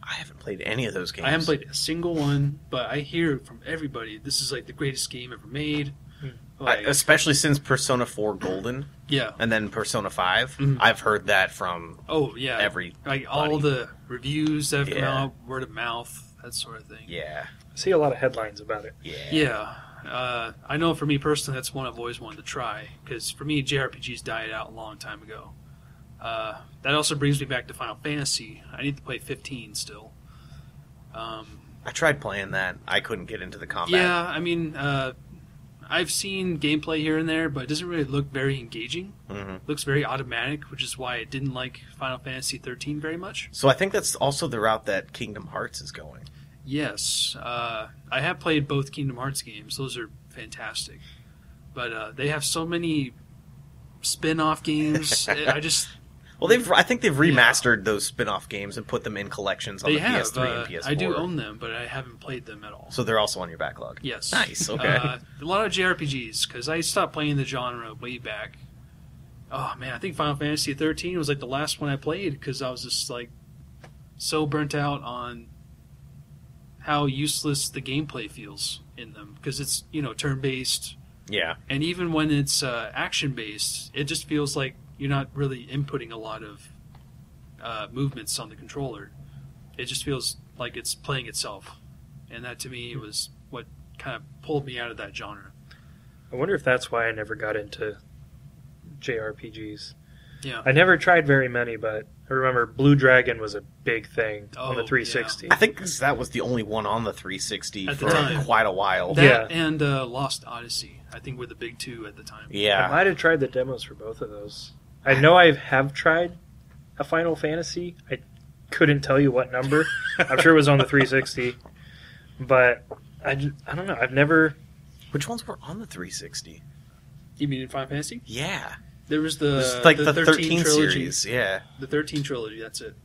Speaker 1: I haven't played any of those games.
Speaker 3: I haven't played a single one, but I hear from everybody this is like the greatest game ever made. Like,
Speaker 1: I- uh, especially since Persona 4 Golden
Speaker 3: yeah.
Speaker 1: and then Persona 5.
Speaker 3: Mhm.
Speaker 1: I've heard that from
Speaker 3: Oh yeah.
Speaker 1: every.
Speaker 3: like
Speaker 1: buddy.
Speaker 3: all the reviews that have come
Speaker 1: Yeah.
Speaker 3: out, word of mouth, that sort of thing.
Speaker 1: Yeah,
Speaker 2: I see a lot of headlines about it.
Speaker 1: yeah.
Speaker 3: Yeah, uh, I know for me personally, that's one I've always wanted to try because for me, JRPGs died out a long time ago. Uh, that also brings me back to Final Fantasy. I need to play 15 still. Um,
Speaker 1: I tried playing that. I couldn't get into the combat.
Speaker 3: yeah, I mean, uh, I've seen gameplay here and there, but it doesn't really look very engaging.
Speaker 1: hmm
Speaker 3: looks very automatic, which is why I didn't like Final Fantasy 13 very much.
Speaker 1: So I think that's also the route that Kingdom Hearts is going.
Speaker 3: Yes, uh, I have played both Kingdom Hearts games. Those are fantastic, but uh, they have so many spin-off games. I I just
Speaker 1: Well, they've. I think they've remastered those spin-off games and put them in collections on
Speaker 3: they
Speaker 1: the
Speaker 3: have.
Speaker 1: PS3
Speaker 3: uh,
Speaker 1: and PS4.
Speaker 3: I do own them, but I haven't played them at all.
Speaker 1: So they're also on your backlog.
Speaker 3: Yes.
Speaker 1: Nice, okay.
Speaker 3: Uh, a lot of JRPGs because I stopped playing the genre way back. oh man, I think Final Fantasy 13 was like the last one I played because I was just like so burnt out on how useless the gameplay feels in them because it's you know turn based
Speaker 1: Yeah.
Speaker 3: and even when it's uh, action based, it just feels like you're not really inputting a lot of uh, movements on the controller. It just feels like it's playing itself, and that to me was what kind of pulled me out of that genre.
Speaker 2: I wonder if that's why I never got into JRPGs.
Speaker 3: Yeah.
Speaker 2: I never tried very many, but I remember Blue Dragon was a big thing on
Speaker 3: Oh,
Speaker 2: the 360.
Speaker 1: I think 'cause that was the only one on the 360
Speaker 3: At the
Speaker 1: for
Speaker 3: time.
Speaker 1: quite a while.
Speaker 3: That and uh, Lost Odyssey, I think, were the big two at the time.
Speaker 2: I
Speaker 1: yeah.
Speaker 2: might have tried the demos for both of those. I know I have tried a Final Fantasy. I couldn't tell you what number. I'm sure it was on the 360, but I, ju- I don't know. I've never.
Speaker 1: Which ones were on the 360?
Speaker 3: You mean in Final Fantasy?
Speaker 1: Yeah.
Speaker 3: There was
Speaker 1: It
Speaker 3: the
Speaker 1: was like the, 13,
Speaker 3: trilogy.
Speaker 1: series. Yeah.
Speaker 3: The thirteen trilogy. That's it.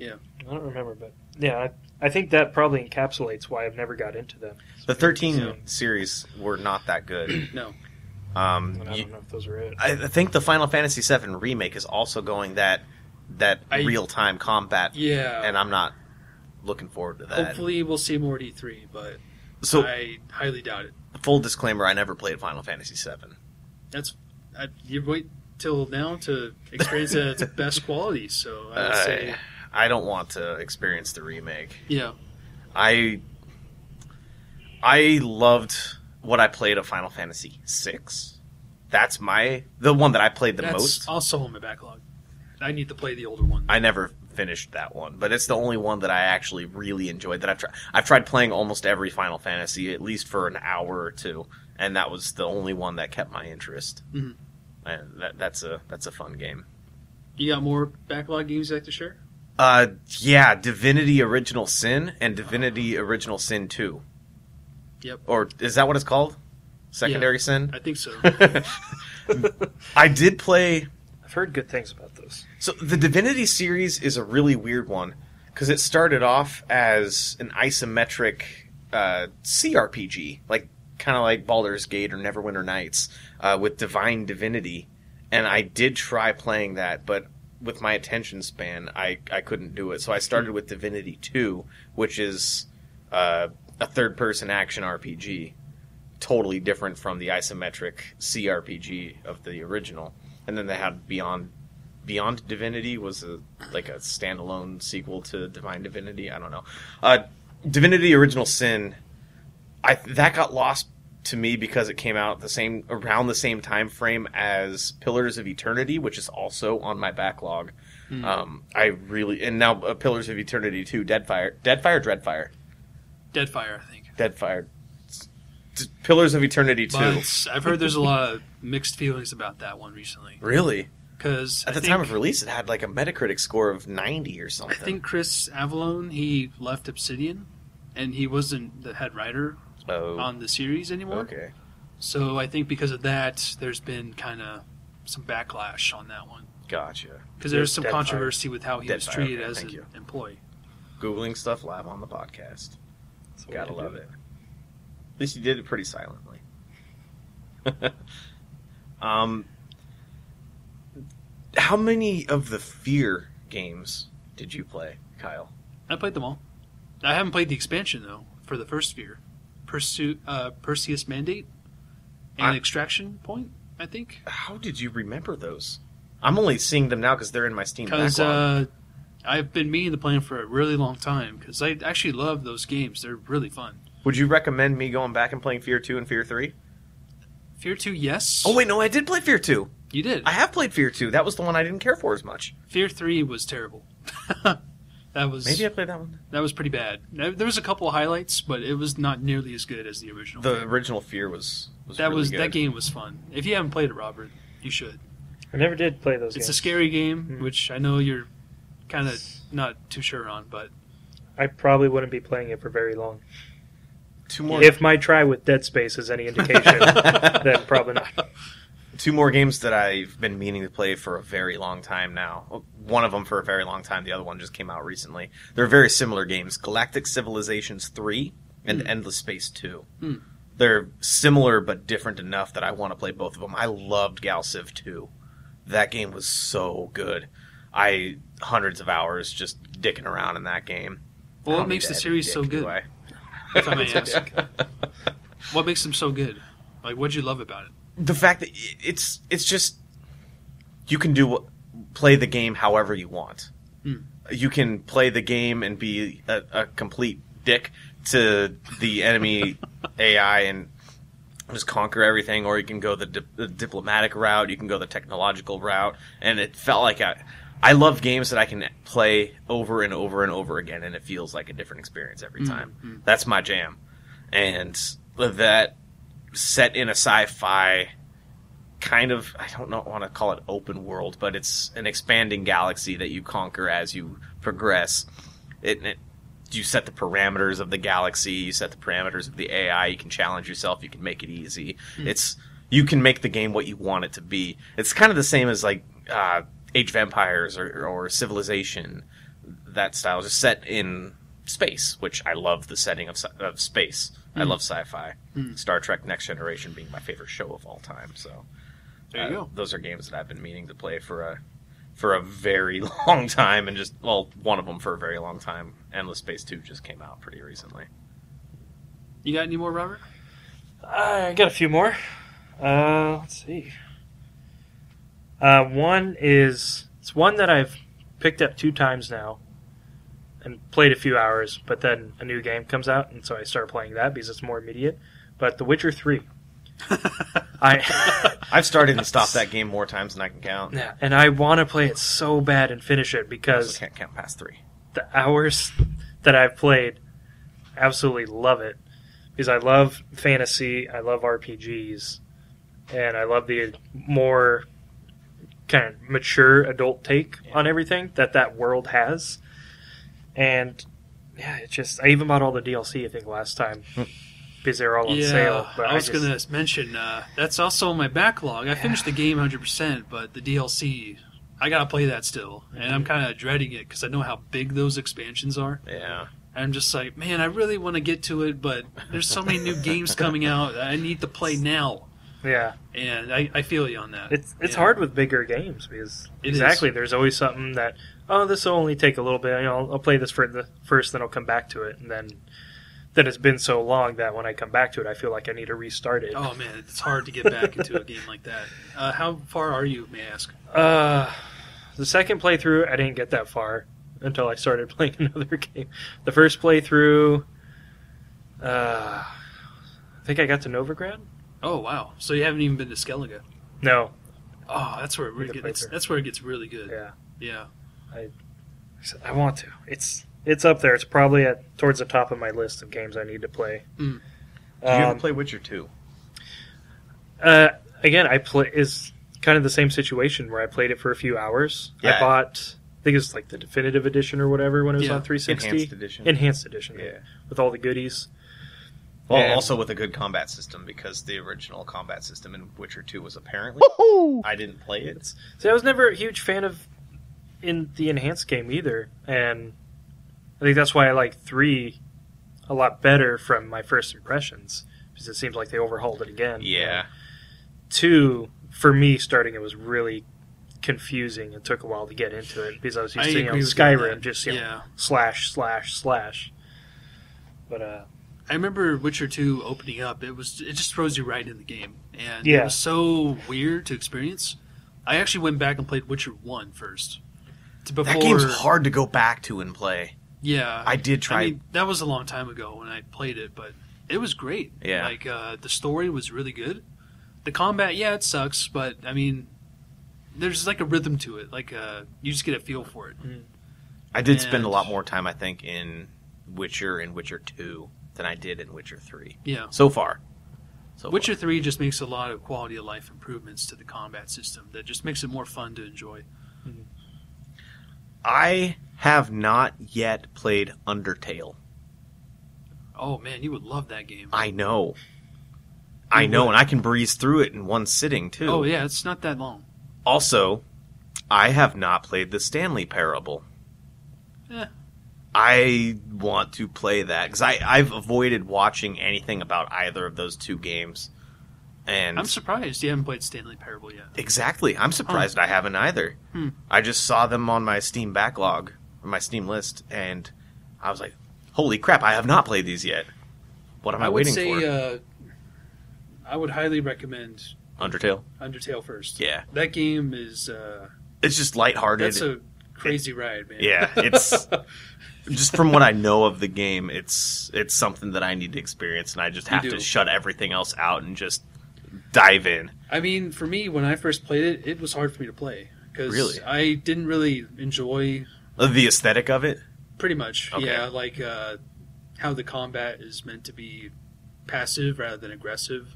Speaker 2: I don't remember, but yeah, I, I think that probably encapsulates why I've never got into them.
Speaker 1: The 13
Speaker 3: Yeah.
Speaker 1: series were not that good.
Speaker 3: No.
Speaker 1: Um,
Speaker 2: And I
Speaker 1: you-
Speaker 2: don't know if those are it.
Speaker 1: I I think the Final Fantasy VII remake is also going that that
Speaker 3: I-
Speaker 1: real time combat,
Speaker 3: Yeah.
Speaker 1: and I'm not looking forward to that.
Speaker 3: Hopefully, we'll see more D three, but
Speaker 1: so,
Speaker 3: I highly doubt it.
Speaker 1: full disclaimer: I never played Final Fantasy VII.
Speaker 3: That's I, you wait till now to experience it at its best quality. So I would say,
Speaker 1: I, I don't want to experience the remake.
Speaker 3: yeah,
Speaker 1: I I loved what I played of Final Fantasy VI. That's my the one that I played the
Speaker 3: that's
Speaker 1: most.
Speaker 3: also on my backlog. I need to play the older one.
Speaker 1: I never finished that one, but it's the only one that I actually really enjoyed. That I've tried. I've tried playing almost every Final Fantasy at least for an hour or two, and that was the only one that kept my interest.
Speaker 3: Mhm.
Speaker 1: And that, that's a that's a fun game.
Speaker 3: you got more backlog games you'd like to share?
Speaker 1: Uh, yeah, Divinity Original Sin and Divinity Original Sin Two.
Speaker 3: Yep.
Speaker 1: Or is that what it's called? Secondary Sin.
Speaker 3: I think so.
Speaker 1: I did play
Speaker 2: I've heard good things about those.
Speaker 1: So the Divinity series is a really weird one because it started off as an isometric uh, CRPG, like kind of like Baldur's Gate or Neverwinter Nights, uh, with divine divinity. And I did try playing that, but with my attention span, I, I couldn't do it. So I started with Divinity Two, which is uh, a third person action RPG, totally different from the isometric CRPG of the original. And then they had Beyond Beyond Divinity was a like a standalone sequel to Divine Divinity. I don't know. Uh, Divinity Original Sin, I that got lost to me because it came out the same around the same time frame as Pillars of Eternity, which is also on my backlog.
Speaker 3: Hmm.
Speaker 1: Um, I really and now uh, Pillars of Eternity two, Deadfire, Deadfire, Dreadfire,
Speaker 3: Deadfire, I think.
Speaker 1: Deadfire, D- Pillars of Eternity two.
Speaker 3: But I've heard there's a lot of mixed feelings about that one recently
Speaker 1: really,
Speaker 3: because
Speaker 1: at the time of release, it had like a Metacritic score of ninety or
Speaker 3: I
Speaker 1: something.
Speaker 3: think Chris Avalone he left Obsidian, and he wasn't the head writer
Speaker 1: Oh,
Speaker 3: on the series anymore.
Speaker 1: okay.
Speaker 3: So I think because of that, there's been kind of some backlash on that one
Speaker 1: Gotcha.
Speaker 3: because there's
Speaker 2: Yeah,
Speaker 3: some
Speaker 2: Deadfire.
Speaker 3: controversy with how he was
Speaker 1: Deadfire,
Speaker 3: treated
Speaker 1: okay,
Speaker 3: as an
Speaker 1: thank you.
Speaker 3: employee.
Speaker 1: Googling stuff live on the podcast.
Speaker 2: That's the way
Speaker 1: Gotta
Speaker 2: to do
Speaker 1: love it. At least you did it pretty silently. um, how many of the Fear games did you play, Kyle?
Speaker 3: I played them all. I haven't played the expansion though for the first sphere, Pursuit, uh, Perseus Mandate, and
Speaker 1: I-
Speaker 3: Extraction Point. I think
Speaker 1: How did you remember those? I'm only seeing them now because they're in my Steam
Speaker 3: because
Speaker 1: backlog.
Speaker 3: uh, I've been meaning to play them for a really long time because I actually love those games. They're really fun.
Speaker 1: Would you recommend me going back and playing Fear Two and Fear Three?
Speaker 3: Fear Two, yes.
Speaker 1: Oh wait, no, I did play Fear Two.
Speaker 3: you did.
Speaker 1: I have played Fear Two. That was the one I didn't care for as much.
Speaker 3: Fear Three was terrible. that was
Speaker 1: Maybe I played that one.
Speaker 3: That was pretty bad. There there was a couple of highlights, but it was not nearly as good as the original.
Speaker 1: The original Fear was was
Speaker 3: that
Speaker 1: really
Speaker 3: was
Speaker 1: good.
Speaker 3: that game was fun. If you haven't played it, Robert, you should.
Speaker 2: I never did play those
Speaker 3: It's a
Speaker 2: games.
Speaker 3: scary game,
Speaker 2: Hmm.
Speaker 3: which I know you're kind of not too sure on, but
Speaker 2: I probably wouldn't be playing it for very long.
Speaker 1: Two more
Speaker 2: If my try with Dead Space is any indication, then probably not.
Speaker 1: two more games that I've been meaning to play for a very long time now. One of them for a very long time. The other one just came out recently. They're very similar games: Galactic Civilizations Three and
Speaker 3: Hmm.
Speaker 1: Endless Space Two.
Speaker 3: Hmm.
Speaker 1: They're similar but different enough that I want to play both of them. I loved Gal Civ Two. that game was so good. I hundreds of hours just dicking around in that game.
Speaker 3: Well,
Speaker 1: I
Speaker 3: what
Speaker 1: don't
Speaker 3: makes
Speaker 1: need
Speaker 3: the
Speaker 1: to
Speaker 3: series so
Speaker 1: dick, do
Speaker 3: good?
Speaker 1: I?
Speaker 3: If I may ask, what makes them so good? Like, what'd you love about it?
Speaker 1: the fact that i- it's it's just you can do what- play the game however you want.
Speaker 3: Hmm.
Speaker 1: You can play the game and be a, a complete dick to the enemy AI and just conquer everything, or you can go the, di- the diplomatic route. You can go the technological route, and it felt like I. I love games that I can play over and over and over again, and it feels like a different experience every time.
Speaker 3: Mhm.
Speaker 1: That's my jam, and that set in a sci-fi kind of I don't know want to call it open world, but it's an expanding galaxy that you conquer as you progress. It, it you set the parameters of the galaxy, you set the parameters of the AI, you can challenge yourself, you can make it easy.
Speaker 3: Mm.
Speaker 1: It's you can make the game what you want it to be. It's kind of the same as like uh, Age of Empires or, or Civilization, that style, just set in space, which I love the setting of, sci- of space. I
Speaker 3: Mm.
Speaker 1: love sci-fi. Star Trek: Next Generation being my favorite show of all time. So uh,
Speaker 3: There you go.
Speaker 1: Those are games that I've been meaning to play for a for a very long time, and just well, one of them for a very long time. Endless Space Two just came out pretty recently.
Speaker 3: You got any more, Robert?
Speaker 2: I got a few more. Uh, let's see. Uh, one is it's one that I've picked up two times now, and played a few hours. But then a new game comes out, and so I start playing that because it's more immediate. But The Witcher Three, I
Speaker 1: I've started and stopped that game more times than I can count. I
Speaker 2: yeah, and I want to play it so bad and finish it
Speaker 1: also
Speaker 2: because
Speaker 1: can't count past three.
Speaker 2: the hours that I've played, absolutely love it because I love fantasy, I love RPGs, and I love the more kind of mature adult take on everything that that world has. And yeah, it's just I even bought all the DLC I think last time because they're all on sale. But
Speaker 3: I was
Speaker 2: just-
Speaker 3: gonna mention uh, that's also on my backlog. I finished the game 100, percent but the DLC, I gotta play that still, and
Speaker 2: Mm-hmm.
Speaker 3: I'm kind of dreading it because I know how big those expansions are.
Speaker 1: Yeah,
Speaker 3: And I'm just like, man, I really want to get to it, but there's so many new games coming out. that I need to play now,
Speaker 2: yeah.
Speaker 3: and I, I feel you on that.
Speaker 2: It's it's
Speaker 3: Yeah.
Speaker 2: hard with bigger games because
Speaker 3: It is.
Speaker 2: exactly there's always something that oh this will only take a little bit you know, I'll, I'll play this for the first then I'll come back to it and then then it's been so long that when I come back to it I feel like I need to restart it.
Speaker 3: Oh man, it's hard to get back into a game like that. Uh, how far are you, may I ask?
Speaker 2: Uh, the second playthrough I didn't get that far until I started playing another game. The first playthrough, uh, I think I got to Novigrad.
Speaker 3: Oh wow, so you haven't even been to Skellige.
Speaker 2: No,
Speaker 3: Oh, that's where it
Speaker 2: Need
Speaker 3: really
Speaker 2: to play
Speaker 3: gets.
Speaker 2: through.
Speaker 3: That's where it gets really good.
Speaker 2: yeah,
Speaker 3: yeah.
Speaker 2: I said, I want to. It's it's up there. It's probably at towards the top of my list of games I need to play.
Speaker 3: Mm.
Speaker 1: do you
Speaker 2: Um,
Speaker 1: ever play Witcher Two?
Speaker 2: Uh, again, I play is kind of the same situation where I played it for a few hours. I
Speaker 1: Yeah.
Speaker 2: bought, I think it's like the definitive edition or whatever when it was
Speaker 3: Yeah.
Speaker 2: on 360.
Speaker 1: Enhanced edition.
Speaker 2: Enhanced edition,
Speaker 1: Yeah.
Speaker 2: with all the goodies.
Speaker 1: Well,
Speaker 2: And-
Speaker 1: also with a good combat system because the original combat system in Witcher Two was apparently. I didn't play it.
Speaker 2: See, I was never a huge fan of in the enhanced game either, and I think that's why I like three a lot better from my first impressions because it seems like they overhauled it again.
Speaker 1: Yeah,
Speaker 2: Two, for me, starting it was really confusing and took a while to get into it because I was used
Speaker 3: I
Speaker 2: to you know,
Speaker 3: agree with you on
Speaker 2: Skyrim,
Speaker 3: that.
Speaker 2: just you know,
Speaker 3: yeah.
Speaker 2: slash slash slash. But uh,
Speaker 3: I remember Witcher Two opening up. It was it just throws you right in the game, and
Speaker 2: Yeah.
Speaker 3: it was so weird to experience. I actually went back and played Witcher One first. To before,
Speaker 1: that game's hard to go back to and play.
Speaker 3: Yeah,
Speaker 1: I did try.
Speaker 3: I mean, that was a long time ago when I played it, but it was great.
Speaker 1: Yeah.
Speaker 3: like uh, the story was really good. The combat, yeah, it sucks, but I mean, there's like a rhythm to it. Like uh, you just get a feel for it.
Speaker 1: I did spend a
Speaker 3: and-
Speaker 1: lot more time, I think, in Witcher and Witcher Two than I did in Witcher Three
Speaker 3: Yeah.
Speaker 1: so far. So
Speaker 3: Witcher Three just makes a lot of quality of life improvements to the combat system that just makes it more fun to enjoy.
Speaker 1: far. I have not yet played Undertale.
Speaker 3: Oh man, you would love that game.
Speaker 1: I know. I
Speaker 3: You
Speaker 1: know,
Speaker 3: would.
Speaker 1: and I can breeze through it in one sitting too.
Speaker 3: Oh yeah, it's not that long.
Speaker 1: Also, I have not played the Stanley Parable.
Speaker 3: Eh.
Speaker 1: I want to play that because I've avoided watching anything about either of those two games And
Speaker 3: I'm surprised you haven't played Stanley Parable yet.
Speaker 1: exactly, I'm surprised I haven't either.
Speaker 3: Hmm.
Speaker 1: I just saw them on my Steam backlog, or my Steam list, and I was like, "Holy crap! I have not played these yet. What am I,
Speaker 3: would
Speaker 1: waiting
Speaker 3: say
Speaker 1: for?"
Speaker 3: uh, I would highly recommend
Speaker 1: Undertale.
Speaker 3: Undertale first.
Speaker 1: Yeah,
Speaker 3: That game is uh,
Speaker 1: it's just lighthearted.
Speaker 3: that's a crazy ride, man.
Speaker 1: Yeah, it's- just from what I know of the game, it's it's something that I need to experience, and I just
Speaker 3: You
Speaker 1: have
Speaker 3: do.
Speaker 1: to shut everything else out and just dive in.
Speaker 3: I mean, for me, when I first played it, it was hard for me to play because
Speaker 1: Really?
Speaker 3: I didn't really enjoy
Speaker 1: Uh, The aesthetic of it,
Speaker 3: pretty much.
Speaker 1: Okay.
Speaker 3: Yeah, like uh, how the combat is meant to be passive rather than aggressive.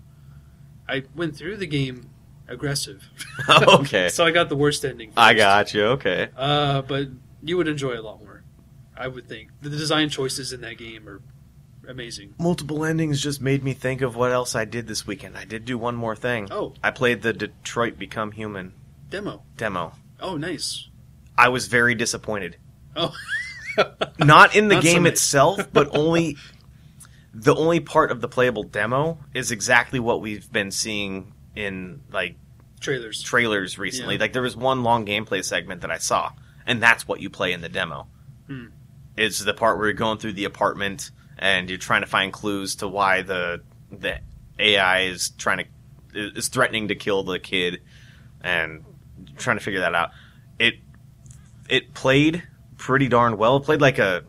Speaker 3: I went through the game aggressive,
Speaker 1: okay,
Speaker 3: so I got the worst ending. First.
Speaker 1: I got you. Okay,
Speaker 3: Uh, but you would enjoy it a lot more, I would think. The design choices in that game are amazing.
Speaker 1: multiple endings just made me think of what else I did this weekend. I did do one more thing.
Speaker 3: Oh,
Speaker 1: I played the Detroit Become Human
Speaker 3: demo.
Speaker 1: demo.
Speaker 3: Oh, nice.
Speaker 1: I was very disappointed.
Speaker 3: Oh,
Speaker 1: Not in the
Speaker 3: Not so
Speaker 1: game
Speaker 3: much.
Speaker 1: itself, but only the only part of the playable demo is exactly what we've been seeing in like
Speaker 3: trailers.
Speaker 1: trailers recently.
Speaker 3: Yeah.
Speaker 1: Like there was one long gameplay segment that I saw, and that's what you play in the demo.
Speaker 3: Hmm.
Speaker 1: It's the part where you're going through the apartment and you're trying to find clues to why the the AI is trying to is threatening to kill the kid, and trying to figure that out. It it played pretty darn well. It played like a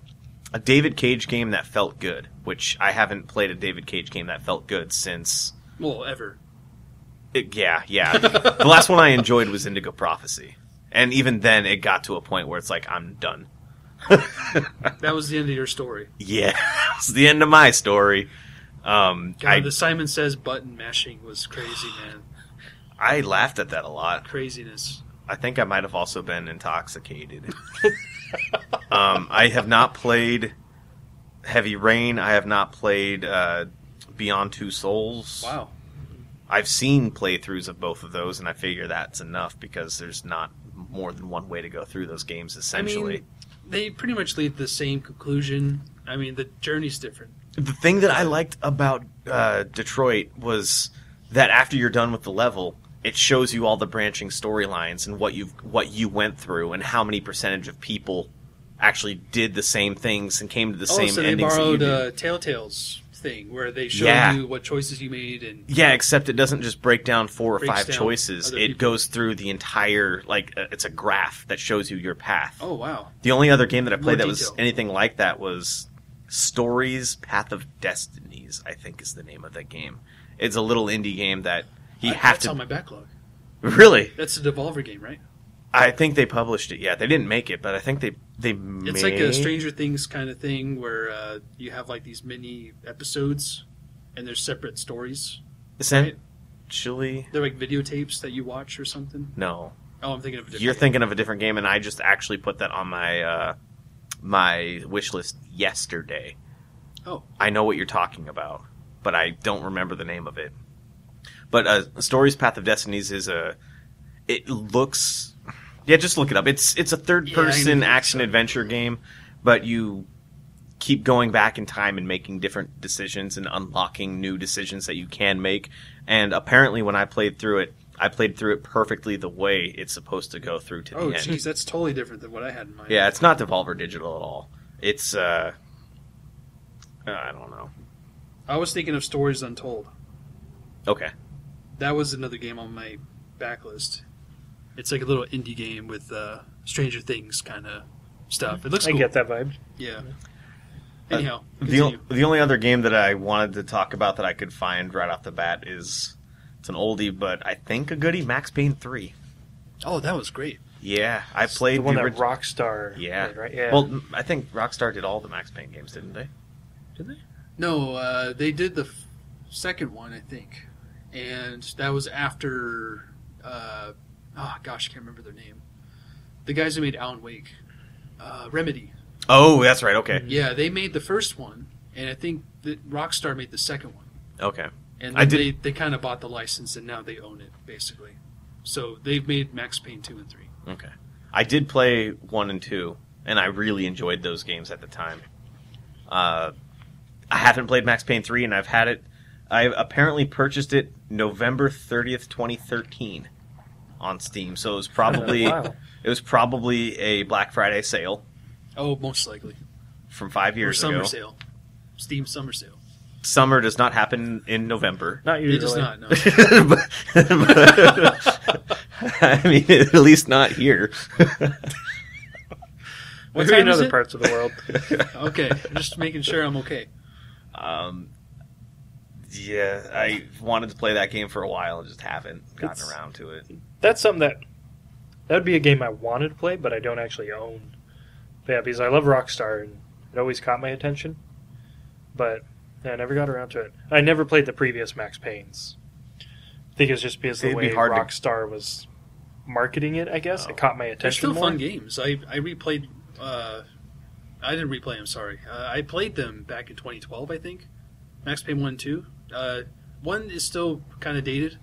Speaker 1: a David Cage game that felt good, which I haven't played a David Cage game that felt good since
Speaker 3: Well, ever.
Speaker 1: it- yeah, yeah. the last one I enjoyed was Indigo Prophecy, and even then, it got to a point where it's like I'm done.
Speaker 3: That was the end of your story.
Speaker 1: Yeah, it's the end of my story. Um,
Speaker 3: God,
Speaker 1: I
Speaker 3: the Simon Says button mashing was crazy, man.
Speaker 1: I laughed at that a lot.
Speaker 3: Craziness.
Speaker 1: I think I might have also been intoxicated. um, I have not played Heavy Rain. I have not played uh, Beyond Two Souls.
Speaker 3: Wow.
Speaker 1: I've seen playthroughs of both of those, and I figure that's enough because there's not more than one way to go through those games. Essentially,
Speaker 3: I mean, they pretty much lead to the same conclusion. I mean, the journey's different.
Speaker 1: the thing that I liked about uh, Detroit was that after you're done with the level, it shows you all the branching storylines and what you have what you went through and how many percentage of people actually did the same things and came to the
Speaker 3: oh,
Speaker 1: same
Speaker 3: so they
Speaker 1: endings. that you
Speaker 3: borrowed
Speaker 1: did.
Speaker 3: uh, Telltale's thing where they show
Speaker 1: Yeah.
Speaker 3: you what choices you made and
Speaker 1: Yeah, except it doesn't just break down four or
Speaker 3: Breaks
Speaker 1: five
Speaker 3: down
Speaker 1: choices.
Speaker 3: other
Speaker 1: It
Speaker 3: people.
Speaker 1: goes through the entire like uh, it's a graph that shows you your path.
Speaker 3: oh wow,
Speaker 1: The only other game that I
Speaker 3: More
Speaker 1: played that was
Speaker 3: detail.
Speaker 1: anything like that was Stories Path of Destinies, I think is the name of that game. It's a little indie game that you
Speaker 3: I-
Speaker 1: have
Speaker 3: that's on
Speaker 1: to
Speaker 3: my backlog.
Speaker 1: Really?
Speaker 3: That's a Devolver game, right?
Speaker 1: I think they published it. Yeah, they didn't make it, but I think they they made
Speaker 3: It's like a Stranger Things kind of thing where uh, you have like these mini episodes and they're separate stories.
Speaker 1: essentially
Speaker 3: They're like videotapes that you watch or something.
Speaker 1: no.
Speaker 3: Oh, I'm thinking of a different.
Speaker 1: You're
Speaker 3: game.
Speaker 1: thinking of a different game and I just actually put that on my uh my wish list yesterday.
Speaker 3: Oh.
Speaker 1: I know what you're talking about, but I don't remember the name of it. But uh, Stories Path of Destinies is a. It looks. Yeah, just look it up. It's it's a third
Speaker 3: Yeah, I
Speaker 1: person
Speaker 3: think
Speaker 1: action
Speaker 3: so.
Speaker 1: adventure game, but you keep going back in time and making different decisions and unlocking new decisions that you can make. And apparently, when I played through it, I played through it perfectly the way it's supposed to go through to the
Speaker 3: Oh,
Speaker 1: end.
Speaker 3: jeez, that's totally different than what I had in mind.
Speaker 1: Yeah, it's not Devolver Digital at all. It's uh, I don't know.
Speaker 3: I was thinking of Stories Untold.
Speaker 1: Okay.
Speaker 3: That was another game on my backlist. It's like a little indie game with uh, Stranger Things kind of stuff. It looks
Speaker 2: I
Speaker 3: cool.
Speaker 2: get that vibe.
Speaker 3: Yeah.
Speaker 1: Uh,
Speaker 3: Anyhow,
Speaker 1: The,
Speaker 3: continue.
Speaker 1: o- the only other game that I wanted to talk about that I could find right off the bat is it's an oldie, but I think a goodie, Max Payne three.
Speaker 3: oh, that was great.
Speaker 1: Yeah, I played
Speaker 2: The one that
Speaker 1: orig-
Speaker 2: Rockstar.
Speaker 1: Yeah.
Speaker 2: Did, right. Yeah.
Speaker 1: Well, m- I think Rockstar did all the Max Payne games, didn't they?
Speaker 2: did they?
Speaker 3: No, uh, they did the f- second one, I think, and that was after. Uh, oh gosh, I can't remember their name. The guys who made Alan Wake, uh, Remedy.
Speaker 1: Oh, that's right. Okay,
Speaker 3: Yeah, they made the first one, and I think that Rockstar made the second one.
Speaker 1: okay.
Speaker 3: And
Speaker 1: I
Speaker 3: then they, they kind of bought the license, and now they own it basically. So they've made Max Payne two and three.
Speaker 1: Okay. I did play one and two, and I really enjoyed those games at the time. Uh, I haven't played Max Payne three, and I've had it I apparently purchased it November 30th, 2013 on Steam. So it was probably
Speaker 2: Wow.
Speaker 1: it was probably a Black Friday sale
Speaker 3: Oh, most likely.
Speaker 1: from 5
Speaker 3: Or
Speaker 1: years
Speaker 3: summer
Speaker 1: ago.
Speaker 3: sale. Steam summer sale.
Speaker 1: Summer does not happen in November.
Speaker 2: Not usually.
Speaker 3: It does not, no.
Speaker 1: But- but- I mean, at least not here.
Speaker 3: What
Speaker 2: Maybe
Speaker 3: time
Speaker 2: in
Speaker 3: is
Speaker 2: other
Speaker 3: it?
Speaker 2: parts of the world.
Speaker 3: Okay, just making sure I'm okay.
Speaker 1: Um, yeah, I wanted to play that game for a while and just haven't gotten
Speaker 2: It's-
Speaker 1: around to it.
Speaker 2: That's something that that would be a game I wanted to play, but I don't actually own. But yeah, because I love Rockstar and it always caught my attention, but yeah, I never got around to it. I never played the previous Max Payne's. I think it's just because the
Speaker 1: It'd
Speaker 2: way
Speaker 1: be hard to-
Speaker 2: Rockstar was marketing it. I guess
Speaker 1: Oh.
Speaker 2: it caught my
Speaker 3: They're
Speaker 2: attention.
Speaker 3: still
Speaker 2: more.
Speaker 3: fun games. I, I replayed. Uh, I didn't replay. I'm sorry. Uh, I played them back in 2012. I think Max Payne one, and two. Uh, one is still kind of dated,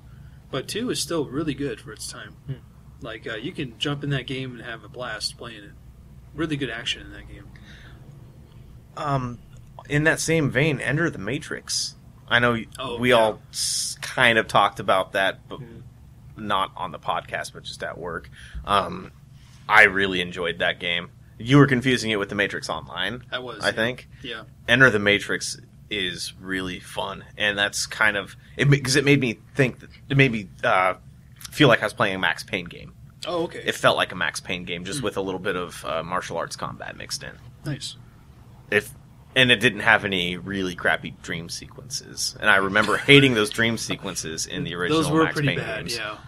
Speaker 3: but two is still really good for its time.
Speaker 2: Hmm.
Speaker 3: Like uh, you can jump in that game and have a blast playing it. Really good action in that game.
Speaker 1: Um, in that same vein, Enter the Matrix. I know y-
Speaker 3: Oh,
Speaker 1: we
Speaker 3: yeah.
Speaker 1: all s- kind of talked about that, but
Speaker 2: Mhm.
Speaker 1: not on the podcast, but just at work. Um, I really enjoyed that game. You were confusing it with the Matrix Online,
Speaker 3: I was.
Speaker 1: I think.
Speaker 3: Yeah.
Speaker 1: Enter the Matrix is really fun, and that's kind of it because it made me think that it made me uh, feel like I was playing a Max Payne game.
Speaker 3: Oh, okay.
Speaker 1: It felt like a Max Payne game, just
Speaker 3: Hmm.
Speaker 1: with a little bit of uh, martial arts combat mixed in.
Speaker 3: nice.
Speaker 1: If and it didn't have any really crappy dream sequences, and I remember hating those dream sequences in the original
Speaker 3: Those were
Speaker 1: Max
Speaker 3: pretty
Speaker 1: Payne
Speaker 3: bad.
Speaker 1: games.
Speaker 3: Yeah.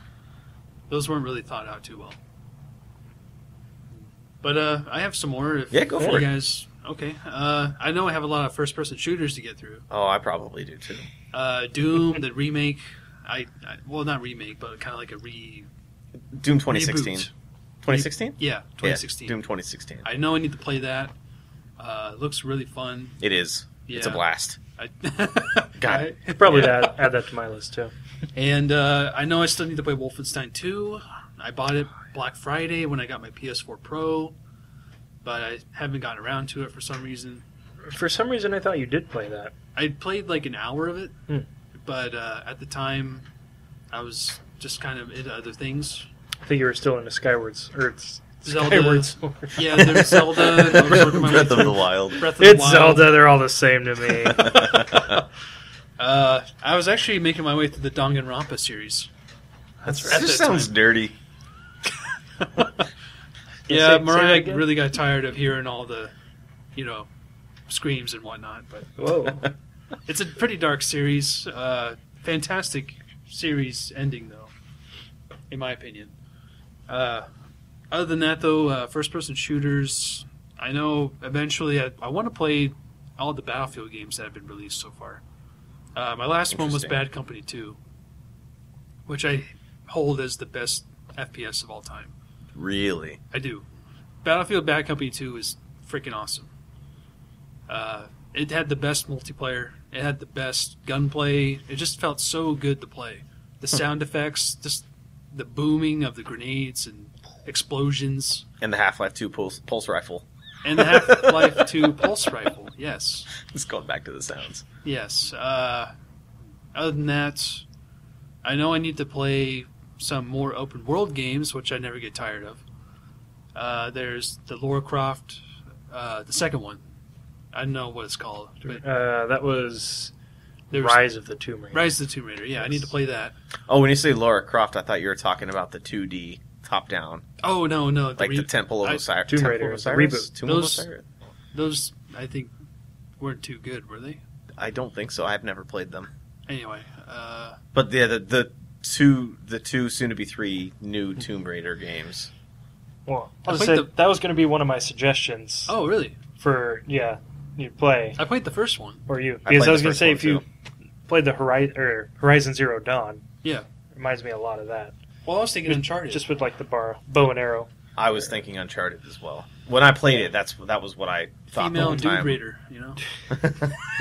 Speaker 3: Those weren't really thought out too well. But uh, I have some more. If
Speaker 1: Yeah, go
Speaker 3: if
Speaker 1: for
Speaker 3: you
Speaker 1: it.
Speaker 3: guys. Okay. Uh, I know I have a lot of first-person shooters to get through.
Speaker 1: Oh, I probably do too.
Speaker 3: Uh, Doom, the remake. I, I well, not remake, but kind of like a re.
Speaker 1: Doom 2016.
Speaker 3: Reboot.
Speaker 1: 2016?
Speaker 3: Yeah,
Speaker 1: Yeah,
Speaker 3: 2016.
Speaker 1: Doom 2016.
Speaker 3: I know I need to play that. Uh, it looks really fun.
Speaker 1: It is. It's a
Speaker 3: Yeah.
Speaker 1: blast.
Speaker 3: I,
Speaker 1: Got
Speaker 3: it.
Speaker 2: Probably that add that to my list too.
Speaker 3: And uh, I know I still need to play Wolfenstein 2. I bought it Black Friday when I got my PS4 Pro, but I haven't gotten around to it for some reason.
Speaker 2: For some reason, I thought you did play that.
Speaker 3: I played like an hour of it,
Speaker 2: Hmm.
Speaker 3: but uh, at the time, I was just kind of into other things.
Speaker 2: I think you were still in a Skyward's Earth.
Speaker 3: Zelda.
Speaker 2: Skyward Sword.
Speaker 3: Yeah, there's Zelda. I was working my way
Speaker 1: Breath of
Speaker 3: through
Speaker 1: the Wild.
Speaker 3: Breath of the
Speaker 2: It's
Speaker 3: Wild.
Speaker 2: Zelda. They're all the same to me.
Speaker 3: Uh, I was actually making my way through the Danganronpa series.
Speaker 1: That's
Speaker 3: right.
Speaker 1: That just
Speaker 3: At that
Speaker 1: sounds
Speaker 3: time.
Speaker 1: dirty.
Speaker 3: Yeah,
Speaker 2: say it
Speaker 3: Mariah
Speaker 2: again?
Speaker 3: really got tired of hearing all the, you know, screams and whatnot. But
Speaker 2: Whoa.
Speaker 3: Oh. It's a pretty dark series. Uh, fantastic series ending, though, in my opinion. Uh, other than that, though, uh, first-person shooters. I know eventually I, I want to play all the Battlefield games that have been released so far. Uh, my last one was
Speaker 1: Interesting.
Speaker 3: Bad Company Two, which I hold as the best FPS of all time.
Speaker 1: Really?
Speaker 3: I do. Battlefield Bad Company 2 is freaking awesome. Uh, it had the best multiplayer. It had the best gunplay. It just felt so good to play. The sound effects, just the booming of the grenades and explosions,
Speaker 1: And the Half Life 2 pulse, pulse rifle.
Speaker 3: and the Half-Life 2 pulse rifle. Yes,
Speaker 1: It's going back to the sounds.
Speaker 3: yes. Uh, other than that, I know I need to play some more open world games, which I never get tired of. Uh, there's the Lara Croft, uh, the second one. I don't know what it's called. But
Speaker 2: Uh, that was
Speaker 3: there was
Speaker 2: Rise of the Tomb Raider.
Speaker 3: Rise of the Tomb Raider. Yeah, I need to play that.
Speaker 1: Oh, when you say Laura Croft, I thought you were talking about the 2D top down,
Speaker 3: Oh no, no, the
Speaker 1: like
Speaker 3: re-
Speaker 1: the Temple of
Speaker 3: I-
Speaker 1: Osiris.
Speaker 2: Tomb
Speaker 1: Temple
Speaker 2: Raider,
Speaker 1: of
Speaker 2: the
Speaker 1: Osiris?
Speaker 2: reboot.
Speaker 1: Tomb
Speaker 3: Those-
Speaker 1: of Osiris.
Speaker 3: those I think weren't too good, were they?
Speaker 1: I don't think so. I've never played them.
Speaker 3: Anyway, uh,
Speaker 1: But yeah, the the two the two soon to be three
Speaker 3: Hmm.
Speaker 1: new Tomb Raider games.
Speaker 2: Well, I
Speaker 3: I
Speaker 2: was
Speaker 3: think
Speaker 2: say,
Speaker 3: the-
Speaker 2: that was going to be one of my suggestions
Speaker 3: oh really?
Speaker 2: for yeah, you play
Speaker 3: I played the first one.
Speaker 2: or you
Speaker 1: I
Speaker 2: because
Speaker 1: played
Speaker 2: I,
Speaker 1: the
Speaker 2: was going to
Speaker 1: first
Speaker 2: say
Speaker 1: one,
Speaker 2: if you
Speaker 1: too.
Speaker 2: played the Horizon or Horizon Zero Dawn,
Speaker 3: Yeah.
Speaker 2: reminds me a lot of that.
Speaker 3: Well, I was thinking Uncharted.
Speaker 2: Just with like the bar bow and arrow.
Speaker 1: I was thinking Uncharted as well. When I played it, that's that was what I thought the
Speaker 3: female
Speaker 1: whole
Speaker 3: dude
Speaker 1: time.
Speaker 3: raider, you know.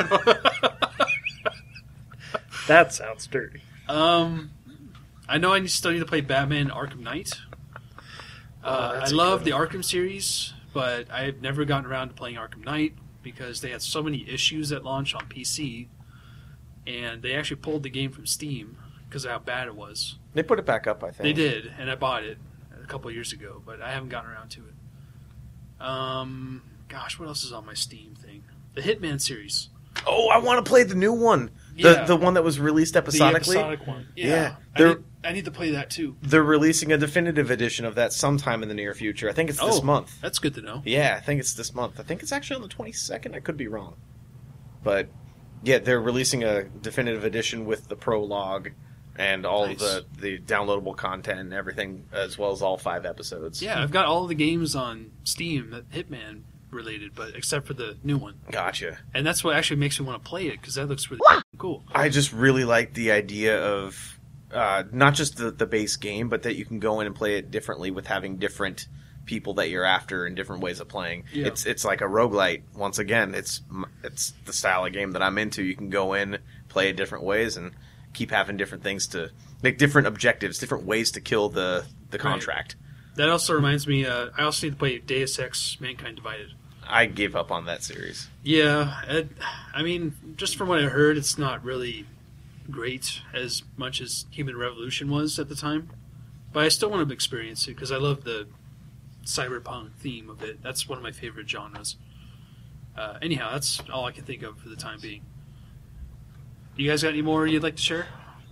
Speaker 2: That sounds dirty.
Speaker 3: Um, I know I need- still need to play Batman Arkham Knight.
Speaker 2: Oh,
Speaker 3: Uh, I
Speaker 2: that's a
Speaker 3: love the
Speaker 2: good
Speaker 3: Arkham series, but I've never gotten around to playing Arkham Knight because they had so many issues at launch on PC and they actually pulled the game from Steam because of how bad it was.
Speaker 1: They put it back up, I think.
Speaker 3: They did, and I bought it a couple of years ago, but I haven't gotten around to it. Um, gosh, what else is on my Steam thing? The Hitman series.
Speaker 1: Oh, I want to play the new one. The
Speaker 3: Yeah,
Speaker 1: the one that was released
Speaker 3: the
Speaker 1: episodically.
Speaker 3: episodic one. Yeah,
Speaker 1: Yeah,
Speaker 3: I,
Speaker 1: they're-
Speaker 3: need, I need to play that too.
Speaker 1: They're releasing a definitive edition of that sometime in the near future. I think it's this
Speaker 3: Oh.
Speaker 1: month.
Speaker 3: That's good to know.
Speaker 1: Yeah, I think it's this month. I think it's actually on the 22nd. I could be wrong. But yeah, they're releasing a definitive edition with the prologue and all
Speaker 3: Nice.
Speaker 1: the the downloadable content and everything as well as all five episodes.
Speaker 3: Yeah, I've got all the games on Steam that Hitman related, but except for the new one,
Speaker 1: Gotcha.
Speaker 3: and that's what actually makes me want to play it because that looks really cool.
Speaker 1: I just really like the idea of uh, not just the, the base game, but that you can go in and play it differently with having different people that you're after and different ways of playing.
Speaker 3: Yeah.
Speaker 1: It's it's like a roguelite. Once again, it's m- it's the style of game that I'm into. You can go in, play it different ways, and keep having different things to like different objectives, different ways to kill the the
Speaker 3: Right.
Speaker 1: contract.
Speaker 3: That also reminds me. Uh, I also need to play Deus Ex: Mankind Divided.
Speaker 1: I gave up on that series.
Speaker 3: Yeah, it, I mean, just from what I heard, it's not really great as much as Human Revolution was at the time. But I still want to experience it because I love the cyberpunk theme of it. That's one of my favorite genres. Uh, anyhow, that's all I can think of for the time being. You guys got any more you'd like to share?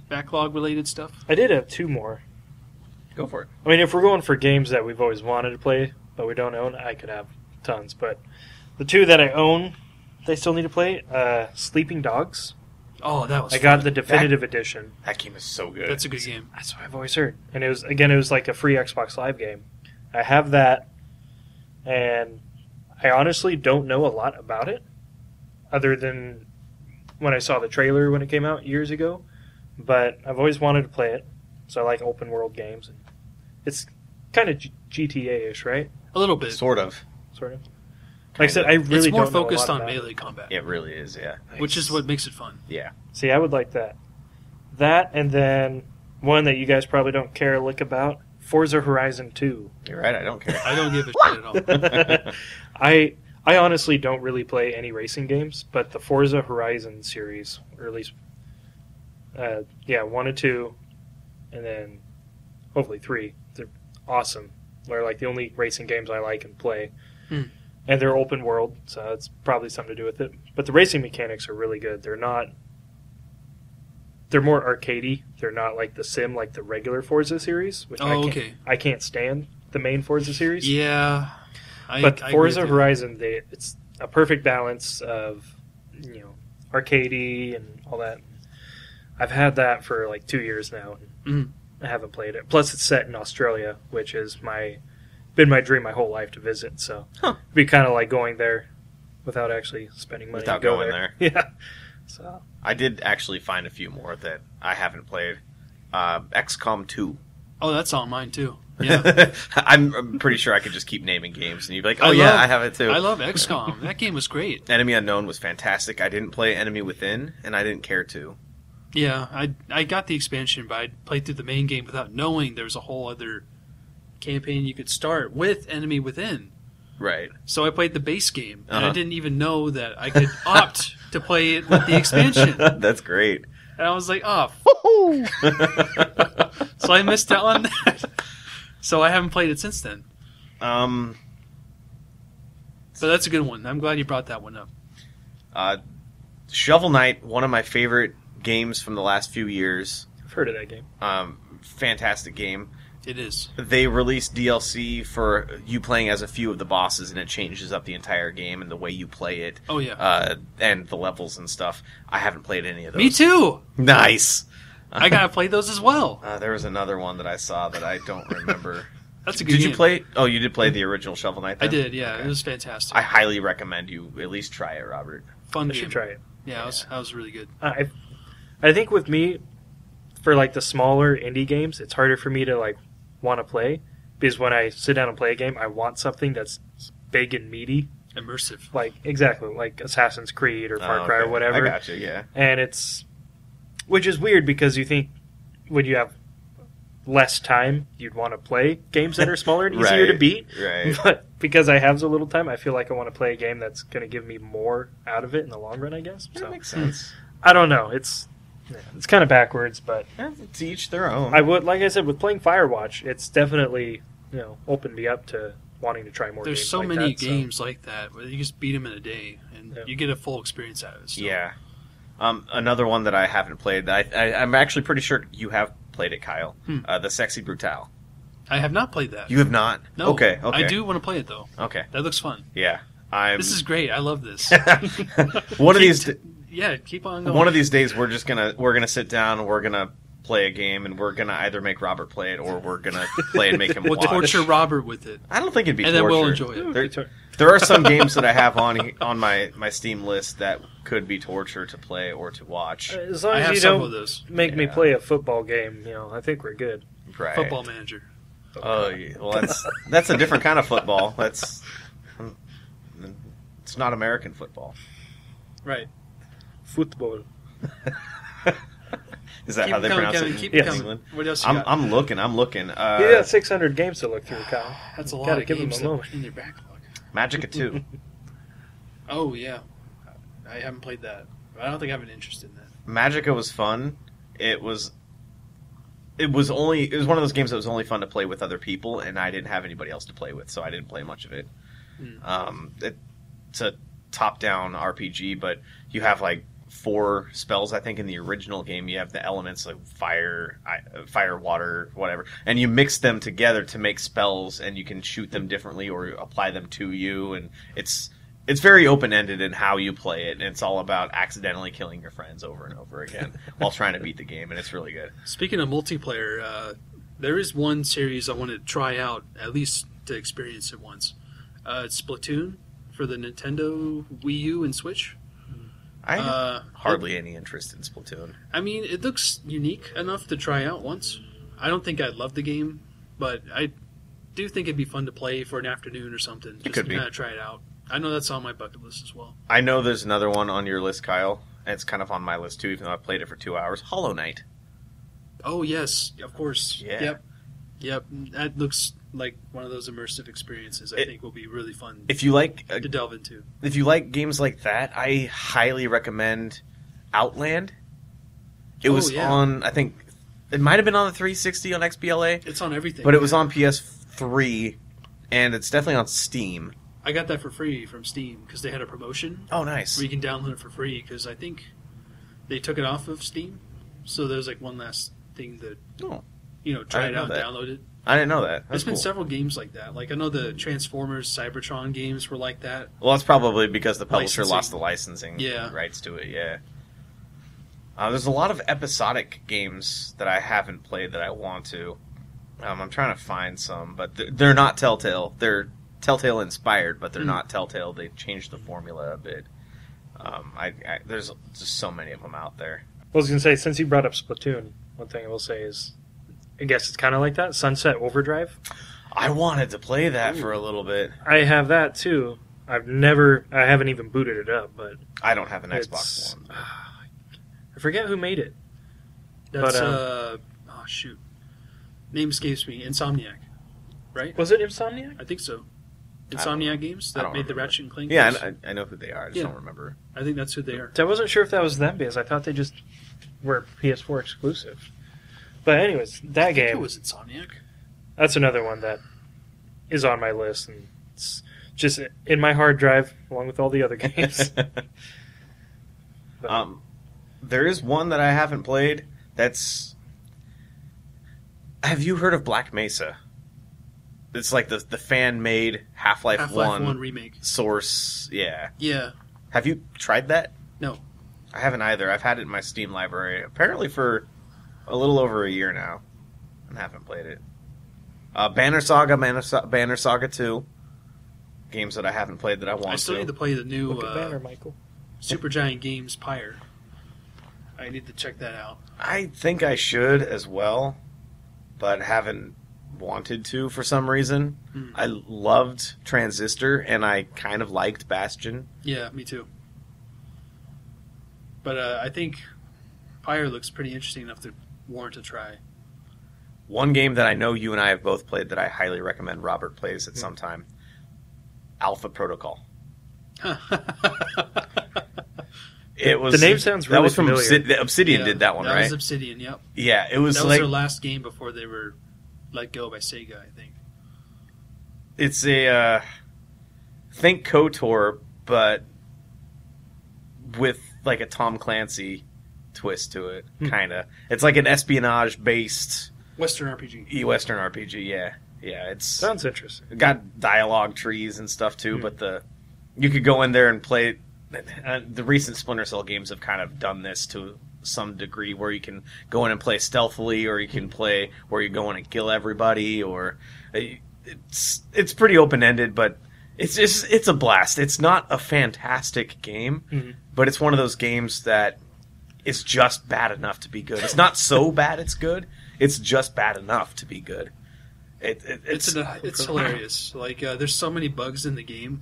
Speaker 3: Backlog related stuff?
Speaker 2: I did have two more.
Speaker 1: Go for it.
Speaker 2: I mean, if we're going for games that we've always wanted to play but we don't own, I could have tons. But the two that I own, they still need to play. Uh, Sleeping Dogs.
Speaker 3: Oh, that was.
Speaker 2: I got
Speaker 3: fun.
Speaker 2: the definitive edition.
Speaker 1: That game is so good.
Speaker 3: That's a good game.
Speaker 2: That's what I've always heard. And it was again, it was like a free Xbox Live game. I have that, and I honestly don't know a lot about it, other than when I saw the trailer when it came out years ago. But I've always wanted to play it, so I like open world games. And it's kind of G- GTA ish, right?
Speaker 3: A little bit.
Speaker 1: sort of.
Speaker 2: Sort of. Like I said, I really
Speaker 3: it's more
Speaker 2: don't know a
Speaker 3: focused
Speaker 2: lot
Speaker 3: on
Speaker 2: about it.
Speaker 3: melee combat,
Speaker 1: It really is, yeah.
Speaker 3: which is what makes it fun.
Speaker 1: Yeah.
Speaker 2: See, I would like that. That and then one that you guys probably don't care a lick about, Forza Horizon Two.
Speaker 1: You're right. I don't care.
Speaker 3: I don't give a shit at all.
Speaker 2: I I honestly don't really play any racing games, but the Forza Horizon series, or at least, uh, yeah, one and two, and then hopefully three. They're awesome. They're like the only racing games I like and play,
Speaker 3: Hmm.
Speaker 2: and they're open world, so that's probably something to do with it. But the racing mechanics are really good. They're not. They're more arcadey. They're not like the sim, like the regular Forza series, which I
Speaker 3: Oh,
Speaker 2: can't.
Speaker 3: okay.
Speaker 2: I can't stand the main Forza series
Speaker 3: Yeah. I,
Speaker 2: but
Speaker 3: I
Speaker 2: Forza
Speaker 3: agree with
Speaker 2: Horizon, they, it's a perfect balance of you know arcadey and all that. I've had that for like two years now.
Speaker 3: you. Mhm.
Speaker 2: I haven't played it. Plus, it's set in Australia, which is my been my dream my whole life to visit. So
Speaker 1: Huh.
Speaker 2: it'd be kind of like going there without actually spending money
Speaker 1: Without
Speaker 2: to go
Speaker 1: going
Speaker 2: there. Yeah. So
Speaker 1: I did actually find a few more that I haven't played. Uh, XCOM 2.
Speaker 3: Oh, that's on mine too. Yeah.
Speaker 1: I'm, I'm pretty sure I could just keep naming games and you'd be like,
Speaker 3: I
Speaker 1: oh, yeah,
Speaker 3: love-
Speaker 1: I have it too.
Speaker 3: I love XCOM. that game was great.
Speaker 1: Enemy Unknown was fantastic. I didn't play Enemy Within, and I didn't care to.
Speaker 3: Yeah, I I got the expansion, but I played through the main game without knowing there was a whole other campaign you could start with Enemy Within.
Speaker 1: Right.
Speaker 3: So I played the base game, and I
Speaker 1: Uh-huh.
Speaker 3: didn't even know that I could opt to play it with the expansion. And
Speaker 1: That's great.
Speaker 3: I was like, oh, f-.
Speaker 1: Woohoo!
Speaker 3: so I missed out on that. so I haven't played it since then.
Speaker 1: um,
Speaker 3: But that's a good one. I'm glad you brought that one up.
Speaker 1: uh, Shovel Knight, one of my favorite games from the last few years.
Speaker 2: I've heard of that game.
Speaker 1: Um, fantastic game.
Speaker 3: It is.
Speaker 1: they released DLC for you playing as a few of the bosses, and it changes up the entire game and the way you play it,
Speaker 3: Oh yeah.
Speaker 1: uh, and the levels and stuff. I haven't played any of those.
Speaker 3: Me too.
Speaker 1: Nice.
Speaker 3: I gotta play those as well.
Speaker 1: Uh, there was another one that I saw that I don't remember.
Speaker 3: That's a good
Speaker 1: did
Speaker 3: game.
Speaker 1: you play? Oh, you did play the original Shovel Knight.
Speaker 3: I
Speaker 1: Then?
Speaker 3: did, yeah. It
Speaker 1: Okay.
Speaker 3: was fantastic.
Speaker 1: I highly recommend you at least try it, Robert.
Speaker 3: Fun
Speaker 2: I
Speaker 3: game.
Speaker 2: should try it.
Speaker 3: Yeah, that was, that was really good.
Speaker 2: I I think with me for like the smaller indie games, it's harder for me to like want to play because when I sit down and play a game, I want something that's big and meaty,
Speaker 3: Immersive.
Speaker 2: like exactly like Assassin's Creed or Far
Speaker 1: Oh,
Speaker 2: Cry or
Speaker 1: okay.
Speaker 2: whatever.
Speaker 1: I gotcha. Yeah.
Speaker 2: And it's which is weird because you think when you have less time, you'd want to play games that are smaller and easier to
Speaker 1: Right,
Speaker 2: beat.
Speaker 1: Right.
Speaker 2: But because I have so little time, I feel like I want to play a game that's going to give me more out of it in the long run. I guess.
Speaker 1: That
Speaker 2: So
Speaker 1: makes sense.
Speaker 2: I don't know. It's yeah, it's kind of backwards, but
Speaker 3: Hmm.
Speaker 1: Eh, To each their own.
Speaker 2: I would like I said with playing Firewatch, it's definitely you know opened me up to wanting to try more.
Speaker 3: There's
Speaker 2: games
Speaker 3: so
Speaker 2: like
Speaker 3: many
Speaker 2: that, so-
Speaker 3: games like that where you just beat them in a day and
Speaker 2: Yeah.
Speaker 3: you get a full experience out of it. still.
Speaker 1: yeah. Um, another one that I haven't played. That I, I, I'm actually pretty sure you have played it, Kyle.
Speaker 3: Hmm.
Speaker 1: Uh, the Sexy Brutal.
Speaker 3: I have not played that.
Speaker 1: You have not.
Speaker 3: no,
Speaker 1: Okay. Okay.
Speaker 3: I do want to play it though.
Speaker 1: Okay.
Speaker 3: That looks fun.
Speaker 1: Yeah. I'm.
Speaker 3: This is great. I love this.
Speaker 1: one of
Speaker 3: Keep
Speaker 1: these.
Speaker 3: t- yeah, keep on going.
Speaker 1: One of these days, we're just gonna we're gonna sit down and we're gonna play a game, and we're gonna either make Robert play it or we're gonna play and make him
Speaker 3: We'll
Speaker 1: watch.
Speaker 3: torture Robert with it,
Speaker 1: I don't think it'd be
Speaker 3: and then
Speaker 1: torture.
Speaker 3: we'll enjoy it.
Speaker 1: There, there are some games that I have on on my my Steam list that could be torture to play or to watch.
Speaker 2: As long
Speaker 3: I
Speaker 2: as
Speaker 3: have
Speaker 2: you
Speaker 3: some
Speaker 2: don't
Speaker 3: of those.
Speaker 2: make me
Speaker 1: Yeah.
Speaker 2: play a football game, you know, I think we're good.
Speaker 1: Right.
Speaker 3: Football Manager.
Speaker 1: Oh, yeah. well, that's that's a different kind of football. That's it's not American football.
Speaker 3: Right.
Speaker 2: football.
Speaker 1: Is that
Speaker 3: keep
Speaker 1: how they
Speaker 3: it coming,
Speaker 1: pronounce
Speaker 3: Kevin.
Speaker 1: it? in
Speaker 3: Keep
Speaker 2: Yes.
Speaker 3: it coming.
Speaker 1: England?
Speaker 3: What else? You
Speaker 1: I'm
Speaker 3: got?
Speaker 1: I'm looking. I'm looking. Uh,
Speaker 2: you got 600 games to look through, Kyle.
Speaker 3: That's a
Speaker 2: Gotta
Speaker 3: lot of
Speaker 2: give 'em a
Speaker 3: games that-
Speaker 2: moment.
Speaker 3: in their backlog.
Speaker 1: Magica two.
Speaker 3: Oh yeah, I haven't played that. I don't think I have an interest in that.
Speaker 1: Magica was fun. It was it was only it was one of those games that was only fun to play with other people, and I didn't have anybody else to play with, so I didn't play much of it.
Speaker 3: Hmm.
Speaker 1: Um, it- it's a top-down RPG, but you have like four spells. I think in the original game, you have the elements like fire, I- uh, fire, water, whatever, and you mix them together to make spells, and you can shoot them differently or apply them to you, and it's it's very open-ended in how you play it, and it's all about accidentally killing your friends over and over again while trying to beat the game, and it's really good.
Speaker 3: Speaking of multiplayer, uh, there is one series I want to try out at least to experience it once. Uh, it's Splatoon for the Nintendo Wii U and Switch.
Speaker 1: I have
Speaker 3: uh,
Speaker 1: hardly any interest in Splatoon.
Speaker 3: I mean, it looks unique enough to try out once. I don't think I'd love the game, but I do think it'd be fun to play for an afternoon or something. Just
Speaker 1: could
Speaker 3: to
Speaker 1: be.
Speaker 3: kind of try it out. I know that's on my bucket list as well.
Speaker 1: I know there's another one on your list, Kyle. and It's kind of on my list too, even though I played it for two hours. Hollow Knight.
Speaker 3: Oh yes, of course.
Speaker 1: Yeah.
Speaker 3: Yep. Yep. That looks like one of those immersive experiences. I
Speaker 1: It-
Speaker 3: think will be really fun
Speaker 1: If you like, uh,
Speaker 3: to delve into.
Speaker 1: if you like games like that, I highly recommend Outland. It
Speaker 3: Oh,
Speaker 1: was
Speaker 3: yeah.
Speaker 1: on, I think, it might have been on the 360 on XBLA,
Speaker 3: It's on everything.
Speaker 1: but it was on PS3, and it's definitely on Steam.
Speaker 3: I got that for free from Steam because they had a promotion
Speaker 1: Oh, nice.
Speaker 3: where you can download it for free. Because I think they took it off of Steam, so there's like one last thing that
Speaker 1: Oh.
Speaker 3: you know try
Speaker 1: didn't
Speaker 3: it
Speaker 1: know
Speaker 3: out, and
Speaker 1: that.
Speaker 3: download it.
Speaker 1: I didn't know that. That's
Speaker 3: There's been
Speaker 1: cool.
Speaker 3: several games like that. Like I know the Transformers, Cybertron games were like that.
Speaker 1: Well, that's probably because the publisher
Speaker 3: Licensing.
Speaker 1: lost the licensing
Speaker 3: Yeah.
Speaker 1: rights to it. Yeah. Uh, there's a lot of episodic games that I haven't played that I want to. Um, I'm trying to find some, but th- they're not Telltale. They're Telltale inspired, but they're
Speaker 3: Hmm.
Speaker 1: not Telltale. They changed the formula a bit. Um, I, I there's just so many of them out there.
Speaker 2: I was going to say, since you brought up Splatoon, one thing I will say is I guess it's kind of like that Sunset Overdrive.
Speaker 1: I wanted to play that for a little bit.
Speaker 2: I have that too. I've never, I haven't even booted it up, but
Speaker 1: I don't have an Xbox
Speaker 2: It's-
Speaker 1: One.
Speaker 2: I forget who made it.
Speaker 3: That's
Speaker 2: But, um,
Speaker 3: uh oh shoot, name escapes me. Insomniac, right?
Speaker 2: Was it Insomniac?
Speaker 3: I think so.
Speaker 1: I don't know.
Speaker 3: Insomniac Games
Speaker 1: I
Speaker 3: that
Speaker 1: don't
Speaker 3: made the
Speaker 1: remember.
Speaker 3: Ratchet and Clank.
Speaker 1: Yeah,
Speaker 3: games?
Speaker 1: I, I know who they are. I just
Speaker 3: Yeah.
Speaker 1: don't remember.
Speaker 3: I think that's who they are.
Speaker 2: I wasn't sure if that was them because I thought they just were PS4 exclusive. But anyways, that
Speaker 3: I think
Speaker 2: game
Speaker 3: it was Insomniac.
Speaker 2: that's another one that is on my list and it's just in my hard drive along with all the other games. But
Speaker 1: Um, there is one that I haven't played. That's. Have you heard of Black Mesa? It's like the the fan made Half Life
Speaker 3: Half Life
Speaker 1: One,
Speaker 3: One remake.
Speaker 1: source. Yeah.
Speaker 3: Yeah,
Speaker 1: Have you tried that?
Speaker 3: No.
Speaker 1: I haven't either. I've had it in my Steam library apparently for a little over a year now, and haven't played it. Uh, Banner Saga, Banner, Sa- Banner Saga Two, games that I haven't played that I want
Speaker 3: I still
Speaker 1: to.
Speaker 3: need to play the new
Speaker 2: look at
Speaker 3: uh,
Speaker 2: Banner, Michael.
Speaker 3: Supergiant Games Pyre. I need to check that out.
Speaker 1: I think I should as well, but haven't wanted to for some reason.
Speaker 3: Hmm.
Speaker 1: I loved Transistor and I kind of liked Bastion.
Speaker 3: Yeah, me too. But uh, I think Pyre looks pretty interesting enough to warrant a try.
Speaker 1: One game that I know you and I have both played that I highly recommend Robert plays at some time Alpha Protocol. It was
Speaker 2: The name sounds
Speaker 1: that
Speaker 2: really
Speaker 1: was from
Speaker 2: familiar.
Speaker 1: Obsid- the Obsidian
Speaker 3: Yeah,
Speaker 1: did that one,
Speaker 3: that
Speaker 1: right?
Speaker 3: was Obsidian, yep.
Speaker 1: yeah, it was
Speaker 3: that was
Speaker 1: like
Speaker 3: their last game before they were let go by Sega, I think.
Speaker 1: it's a uh, think Kotor, but with like a Tom Clancy twist to it,
Speaker 2: Hmm.
Speaker 1: kind of. It's like an espionage based
Speaker 3: Western RPG.
Speaker 1: e Western RPG. Yeah, yeah. It's
Speaker 2: Sounds interesting.
Speaker 1: got dialogue trees and stuff too,
Speaker 2: Hmm.
Speaker 1: but the you could go in there and play. Uh, the recent Splinter Cell games have kind of done this to some degree, where you can go in and play stealthily, or you can play where you go in and kill everybody, or uh, it's it's pretty open ended, but it's just it's a blast. It's not a fantastic game,
Speaker 3: Mm-hmm.
Speaker 2: Mhm.
Speaker 1: but it's one of those games that is just bad enough to be good. It's not so bad it's good. It's just bad enough to be good. It, it,
Speaker 3: It's it's, an, uh, it's hilarious. Like uh, there's so many bugs in the game.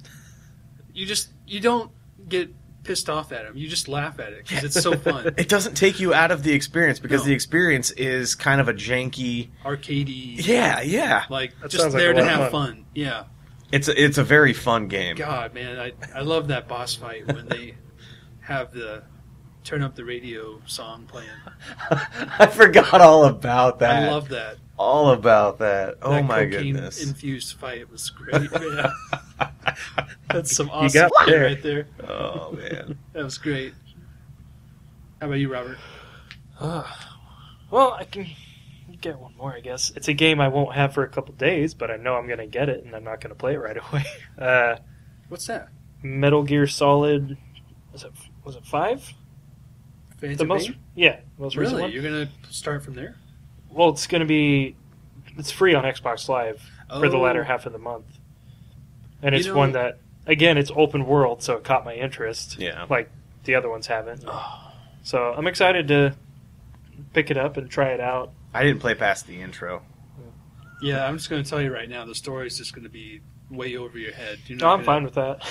Speaker 3: You just you don't get pissed off at them. You just laugh at it because it's so fun.
Speaker 1: It doesn't take you out of the experience because
Speaker 3: No.
Speaker 1: the experience is kind of a janky.
Speaker 3: Arcadey.
Speaker 1: Yeah, yeah.
Speaker 3: Like
Speaker 2: That
Speaker 3: just
Speaker 2: sounds like
Speaker 3: there
Speaker 2: a
Speaker 3: to
Speaker 2: lot of
Speaker 3: have
Speaker 2: fun.
Speaker 3: fun. Yeah.
Speaker 1: It's a, it's a very fun game.
Speaker 3: God, man, I I love that boss fight when they have the turn up the radio song playing.
Speaker 1: I forgot all about that.
Speaker 3: I love that.
Speaker 1: all about that. Oh
Speaker 3: that
Speaker 1: my
Speaker 3: cocaine
Speaker 1: goodness.
Speaker 3: Infused fight was great. man. That's some awesome
Speaker 2: got
Speaker 3: shit
Speaker 2: there.
Speaker 3: right there.
Speaker 1: oh man.
Speaker 3: That was great. How about you, Robert?
Speaker 2: well, I can get one more, I guess. It's a game I won't have for a couple days, but I know I'm going to get it, and I'm not going to play it right away. Uh,
Speaker 3: What's that?
Speaker 2: Metal Gear Solid. Was it was it five?
Speaker 3: Fancy
Speaker 2: the most
Speaker 3: Bay?
Speaker 2: yeah most recent
Speaker 3: really?
Speaker 2: one.
Speaker 3: You're gonna start from there?
Speaker 2: Well, it's going to be it's free on Xbox Live for the
Speaker 3: Oh,
Speaker 2: latter half of the month, and
Speaker 3: You
Speaker 2: it's
Speaker 3: know-
Speaker 2: one that again it's open world, so it caught my interest.
Speaker 1: Yeah.
Speaker 2: Like the other ones haven't. So I'm excited to pick it up and try it out.
Speaker 1: I didn't play past the intro.
Speaker 3: Oh, Yeah, I'm just gonna tell you right now. The story's just gonna be way over your head. You're
Speaker 2: No,
Speaker 3: not
Speaker 2: I'm
Speaker 3: gonna-
Speaker 2: fine with that.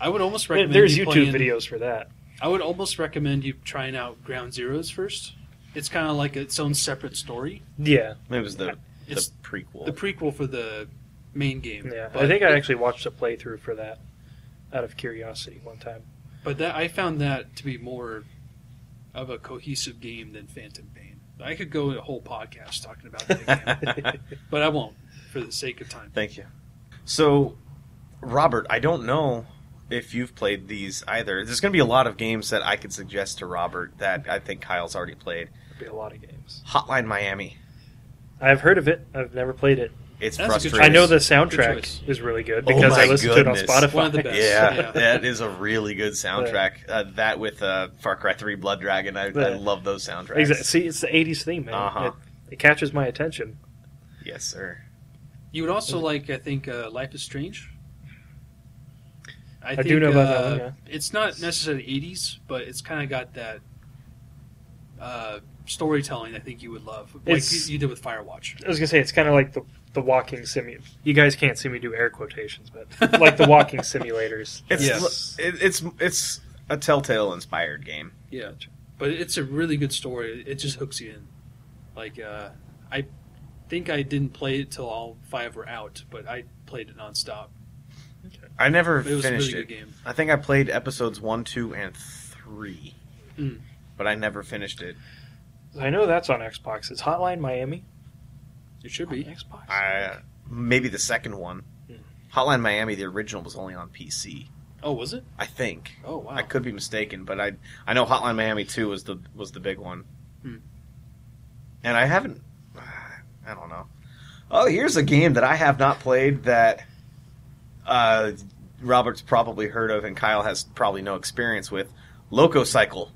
Speaker 3: I would almost recommend
Speaker 2: There's
Speaker 3: you
Speaker 2: YouTube
Speaker 3: playing-
Speaker 2: videos for that.
Speaker 3: I would almost recommend you trying out Ground Zeroes first. It's kind of like its own separate story.
Speaker 2: Yeah,
Speaker 1: It was the
Speaker 3: It's
Speaker 1: the prequel.
Speaker 3: the prequel for the main game.
Speaker 2: yeah. I
Speaker 3: But
Speaker 2: think I
Speaker 3: it-
Speaker 2: actually watched a playthrough for that out of curiosity one time.
Speaker 3: But that I found that to be more of a cohesive game than Phantom Pain. I could go a whole podcast talking about that game, but I won't for the sake of time.
Speaker 1: Thank you. So, Robert, I don't know if you've played these either. There's going to be a lot of games that I could suggest to Robert that I think Kyle's already played.
Speaker 2: There'd be a lot of games.
Speaker 1: Hotline Miami.
Speaker 2: I've heard of it. I've never played it.
Speaker 1: It's
Speaker 3: That's a good
Speaker 1: frustrating.
Speaker 2: I know the
Speaker 3: Good choice.
Speaker 2: soundtrack is really good
Speaker 1: Oh
Speaker 2: because
Speaker 1: my
Speaker 2: I listened to it
Speaker 1: goodness.
Speaker 2: on Spotify.
Speaker 3: One of the best.
Speaker 1: Yeah,
Speaker 3: Yeah.
Speaker 1: that is a really good soundtrack. Uh, that with uh, Far Cry 3 Blood Dragon. I, I
Speaker 2: Yeah.
Speaker 1: love those soundtracks.
Speaker 2: Exactly. See, it's the '80s theme, man.
Speaker 1: Uh-huh.
Speaker 2: It, it catches my attention.
Speaker 1: Yes, sir.
Speaker 3: You would also like, I think, uh, Life is Strange. I, uh,
Speaker 2: do know about that one, yeah.
Speaker 3: It's not necessarily 80s, but it's kind of got that uh, storytelling I think you would love, like you,
Speaker 2: It's-
Speaker 3: you did with Firewatch.
Speaker 2: I was gonna say it's kind of like the the walking simu. You guys can't see me do air quotations, but like the walking simulators.
Speaker 1: It's
Speaker 3: Yes.
Speaker 1: it, it's it's a Telltale inspired game.
Speaker 3: Yeah, but it's a really good story. It just hooks you in. Like uh, I think I didn't play it till all five were out, but I played it nonstop.
Speaker 1: I never
Speaker 3: It was a
Speaker 1: finished
Speaker 3: really good
Speaker 1: it.
Speaker 3: game.
Speaker 1: I think I played episodes 1, 2 and 3.
Speaker 3: Mm.
Speaker 1: But I never finished it.
Speaker 2: I know that's on Xbox. It's Hotline Miami.
Speaker 3: It should
Speaker 2: On
Speaker 3: be.
Speaker 2: Xbox.
Speaker 1: I maybe the second one.
Speaker 2: Hmm.
Speaker 1: Hotline Miami, the original was only on PC.
Speaker 3: Oh, was it?
Speaker 1: I think
Speaker 3: Oh, wow.
Speaker 1: I could be mistaken, but I I know Hotline Miami two was the was the big one.
Speaker 3: Hmm.
Speaker 1: And I haven't. I don't know. Oh, here's a game that I have not played that uh, Robert's probably heard of, and Kyle has probably no experience with. Loco Cycle.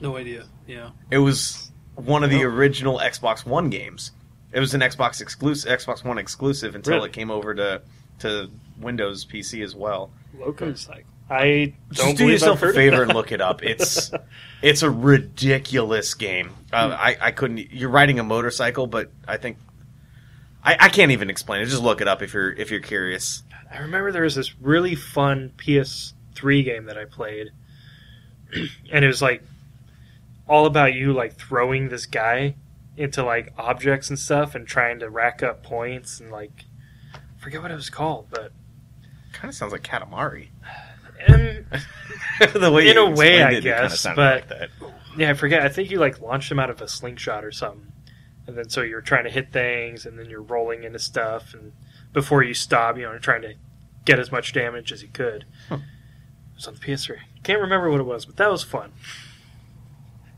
Speaker 3: No idea. Yeah.
Speaker 1: It was one of the
Speaker 2: Oh.
Speaker 1: original Xbox One games. It was an Xbox exclusive, Xbox One exclusive until
Speaker 2: Really?
Speaker 1: it came over to to Windows PC as well.
Speaker 2: Loco cycle. I don't
Speaker 1: Just do
Speaker 2: believe
Speaker 1: yourself
Speaker 2: I've heard
Speaker 1: a
Speaker 2: of
Speaker 1: favor
Speaker 2: that.
Speaker 1: and look it up. It's it's a ridiculous game.
Speaker 2: Hmm.
Speaker 1: Uh, I I couldn't. You're riding a motorcycle, but I think I, I can't even explain it. Just look it up if you're if you're curious.
Speaker 2: I remember there was this really fun PS3 game that I played, and it was like all about you like throwing this guy into like objects and stuff and trying to rack up points and like I forget what it was called, but
Speaker 1: Kind of sounds like Katamari.
Speaker 2: and
Speaker 1: the way
Speaker 2: In
Speaker 1: you
Speaker 2: a way,
Speaker 1: explained
Speaker 2: I
Speaker 1: it, it kinda
Speaker 2: guess,
Speaker 1: sounded
Speaker 2: but-
Speaker 1: like that.
Speaker 2: Yeah, I forget. I think you like launched him out of a slingshot or something, and then so you're trying to hit things, and then you're rolling into stuff, and before you stop, you know, you're trying to get as much damage as you could.
Speaker 1: Huh.
Speaker 2: It was on the PS3. Can't remember what it was, but that was fun.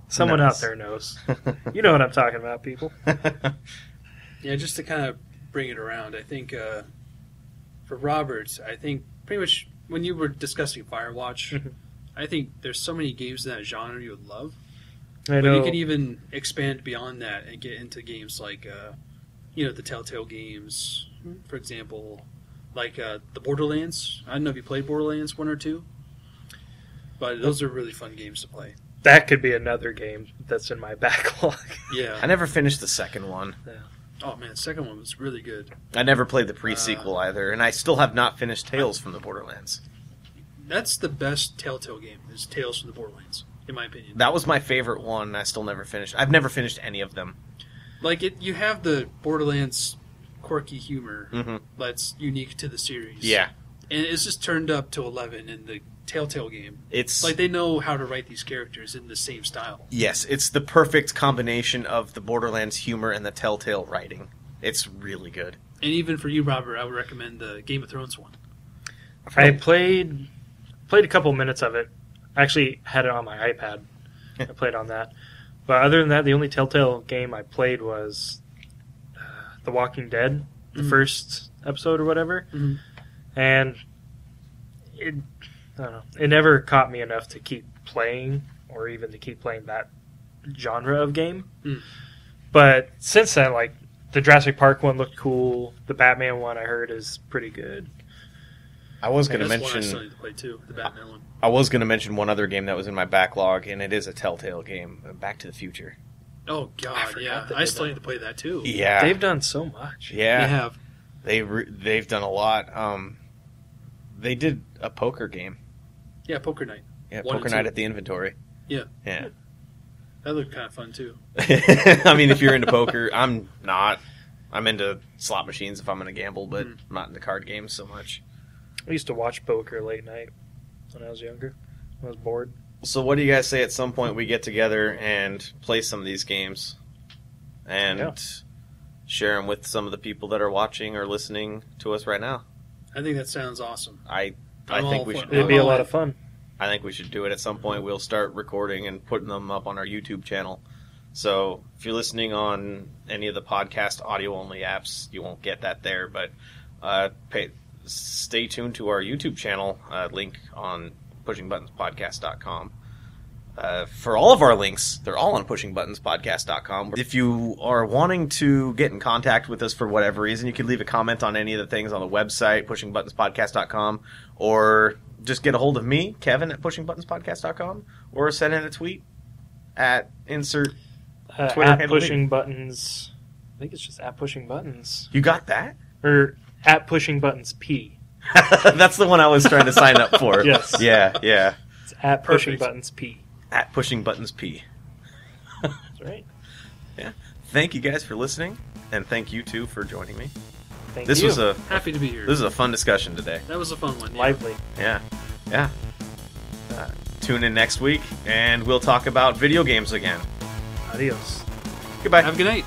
Speaker 2: Someone
Speaker 1: Nice.
Speaker 2: out there knows. You know what I'm talking about, people.
Speaker 3: Yeah, just to kind of bring it around, I think uh, for Roberts, I think pretty much when you were discussing Firewatch,
Speaker 2: Mhm.
Speaker 3: I think there's so many games in that genre you would love.
Speaker 2: I
Speaker 3: But
Speaker 2: know.
Speaker 3: you could e- even expand beyond that and get into games like, uh, you know, the Telltale games, for example, like uh, the Borderlands. I don't know if you played Borderlands one or two, but those are really fun games to play.
Speaker 2: that could be another game that's in my backlog.
Speaker 1: I
Speaker 3: Yeah.
Speaker 1: never finished the second one.
Speaker 3: Oh man, the second one was really good.
Speaker 1: I never played the
Speaker 2: Uh.
Speaker 1: pre-sequel either, and I still have not finished Tales from the Borderlands.
Speaker 3: That's the best Telltale game is Tales from the Borderlands, in my opinion.
Speaker 1: That was my favorite one. and I still never finished. I've never finished any of them.
Speaker 3: Like it, you have the Borderlands quirky humor
Speaker 1: hmm
Speaker 3: that's unique to the series.
Speaker 1: Yeah,
Speaker 3: and it's just turned up to eleven in the Telltale game.
Speaker 1: it's
Speaker 3: Like they know how to write these characters in the same style.
Speaker 1: yes, it's the perfect combination of the Borderlands humor and the Telltale writing. It's really good.
Speaker 3: And even for you, Robert, I would recommend the Game of Thrones one.
Speaker 2: I played played a couple minutes of it. I actually had it on my iPad. I played on that. But other than that, the only Telltale game I played was uh, The Walking Dead, the
Speaker 3: Mhm.
Speaker 2: first episode or whatever,
Speaker 3: Mhm.
Speaker 2: and it I don't know. It never caught me enough to keep playing or even to keep playing that genre of game.
Speaker 3: Mm.
Speaker 2: But since then, like the Jurassic Park one looked cool. The Batman one I heard is pretty good.
Speaker 1: I was
Speaker 3: That's
Speaker 1: going to
Speaker 3: one I
Speaker 1: mention
Speaker 3: still need to play too, the Batman one.
Speaker 1: I was going to mention one other game that was in my backlog, and it is a Telltale game, Back to the Future.
Speaker 3: Oh
Speaker 2: I
Speaker 3: God,
Speaker 2: forgot
Speaker 3: yeah,
Speaker 2: they
Speaker 3: I
Speaker 2: did
Speaker 3: still
Speaker 2: that.
Speaker 3: need to play that too.
Speaker 1: Yeah,
Speaker 2: They've done so much.
Speaker 1: yeah,
Speaker 3: They have.
Speaker 1: they re- they've done a lot. Um, they did a poker game,
Speaker 3: Yeah, Poker Night.
Speaker 1: yeah,
Speaker 3: One and
Speaker 1: poker night
Speaker 3: two.
Speaker 1: at the inventory.
Speaker 3: Yeah.
Speaker 1: yeah.
Speaker 3: That looked kind of fun too.
Speaker 1: I mean, if you're into poker, I'm not. I'm into slot machines if I'm going to gamble, but
Speaker 3: Mm.
Speaker 1: I'm not into card games so much.
Speaker 2: I used to watch poker late night when I was younger. I was bored.
Speaker 1: So, what do you guys say? At some point, we get together and play some of these games, and
Speaker 2: Yeah.
Speaker 1: share them with some of the people that are watching or listening to us right now.
Speaker 3: I think that sounds awesome.
Speaker 1: I I
Speaker 3: I'm all
Speaker 1: think we
Speaker 3: for-
Speaker 1: should.
Speaker 2: It'd
Speaker 3: I'm
Speaker 2: be a
Speaker 3: all
Speaker 2: lot
Speaker 3: in.
Speaker 2: of fun.
Speaker 1: I think we should do it at some point. We'll start recording and putting them up on our YouTube channel. So if you're listening on any of the podcast audio only apps, you won't get that there. But uh, pay, stay tuned to our YouTube channel uh, link on pushingbuttonspodcast.com. Uh, for all of our links, they're all on pushingbuttonspodcast.com. If you are wanting to get in contact with us for whatever reason, you can leave a comment on any of the things on the website, pushingbuttonspodcast.com, or just get a hold of me, Kevin at pushingbuttonspodcast.com, or send in a tweet at insert.
Speaker 2: Uh,
Speaker 1: Twitter
Speaker 2: at
Speaker 1: handle
Speaker 2: pushing buttons. I think it's just at pushing buttons
Speaker 1: You got that?
Speaker 2: or at pushing buttons P.
Speaker 1: That's the one I was trying to sign up for.
Speaker 2: Yes.
Speaker 1: Yeah, yeah.
Speaker 2: It's at pushing
Speaker 3: Perfect.
Speaker 2: buttons P.
Speaker 1: At pushing buttons P.
Speaker 2: That's right.
Speaker 1: Thank you guys for listening, and thank you too for joining me.
Speaker 2: Thank
Speaker 1: This
Speaker 2: you.
Speaker 1: was a
Speaker 3: Happy to be here.
Speaker 1: this is a fun discussion today.
Speaker 3: that was a fun one. yeah.
Speaker 2: lively.
Speaker 1: Yeah, yeah. Uh, tune in next week, and we'll talk about video games again.
Speaker 2: Adios.
Speaker 1: Goodbye.
Speaker 3: Have a good night.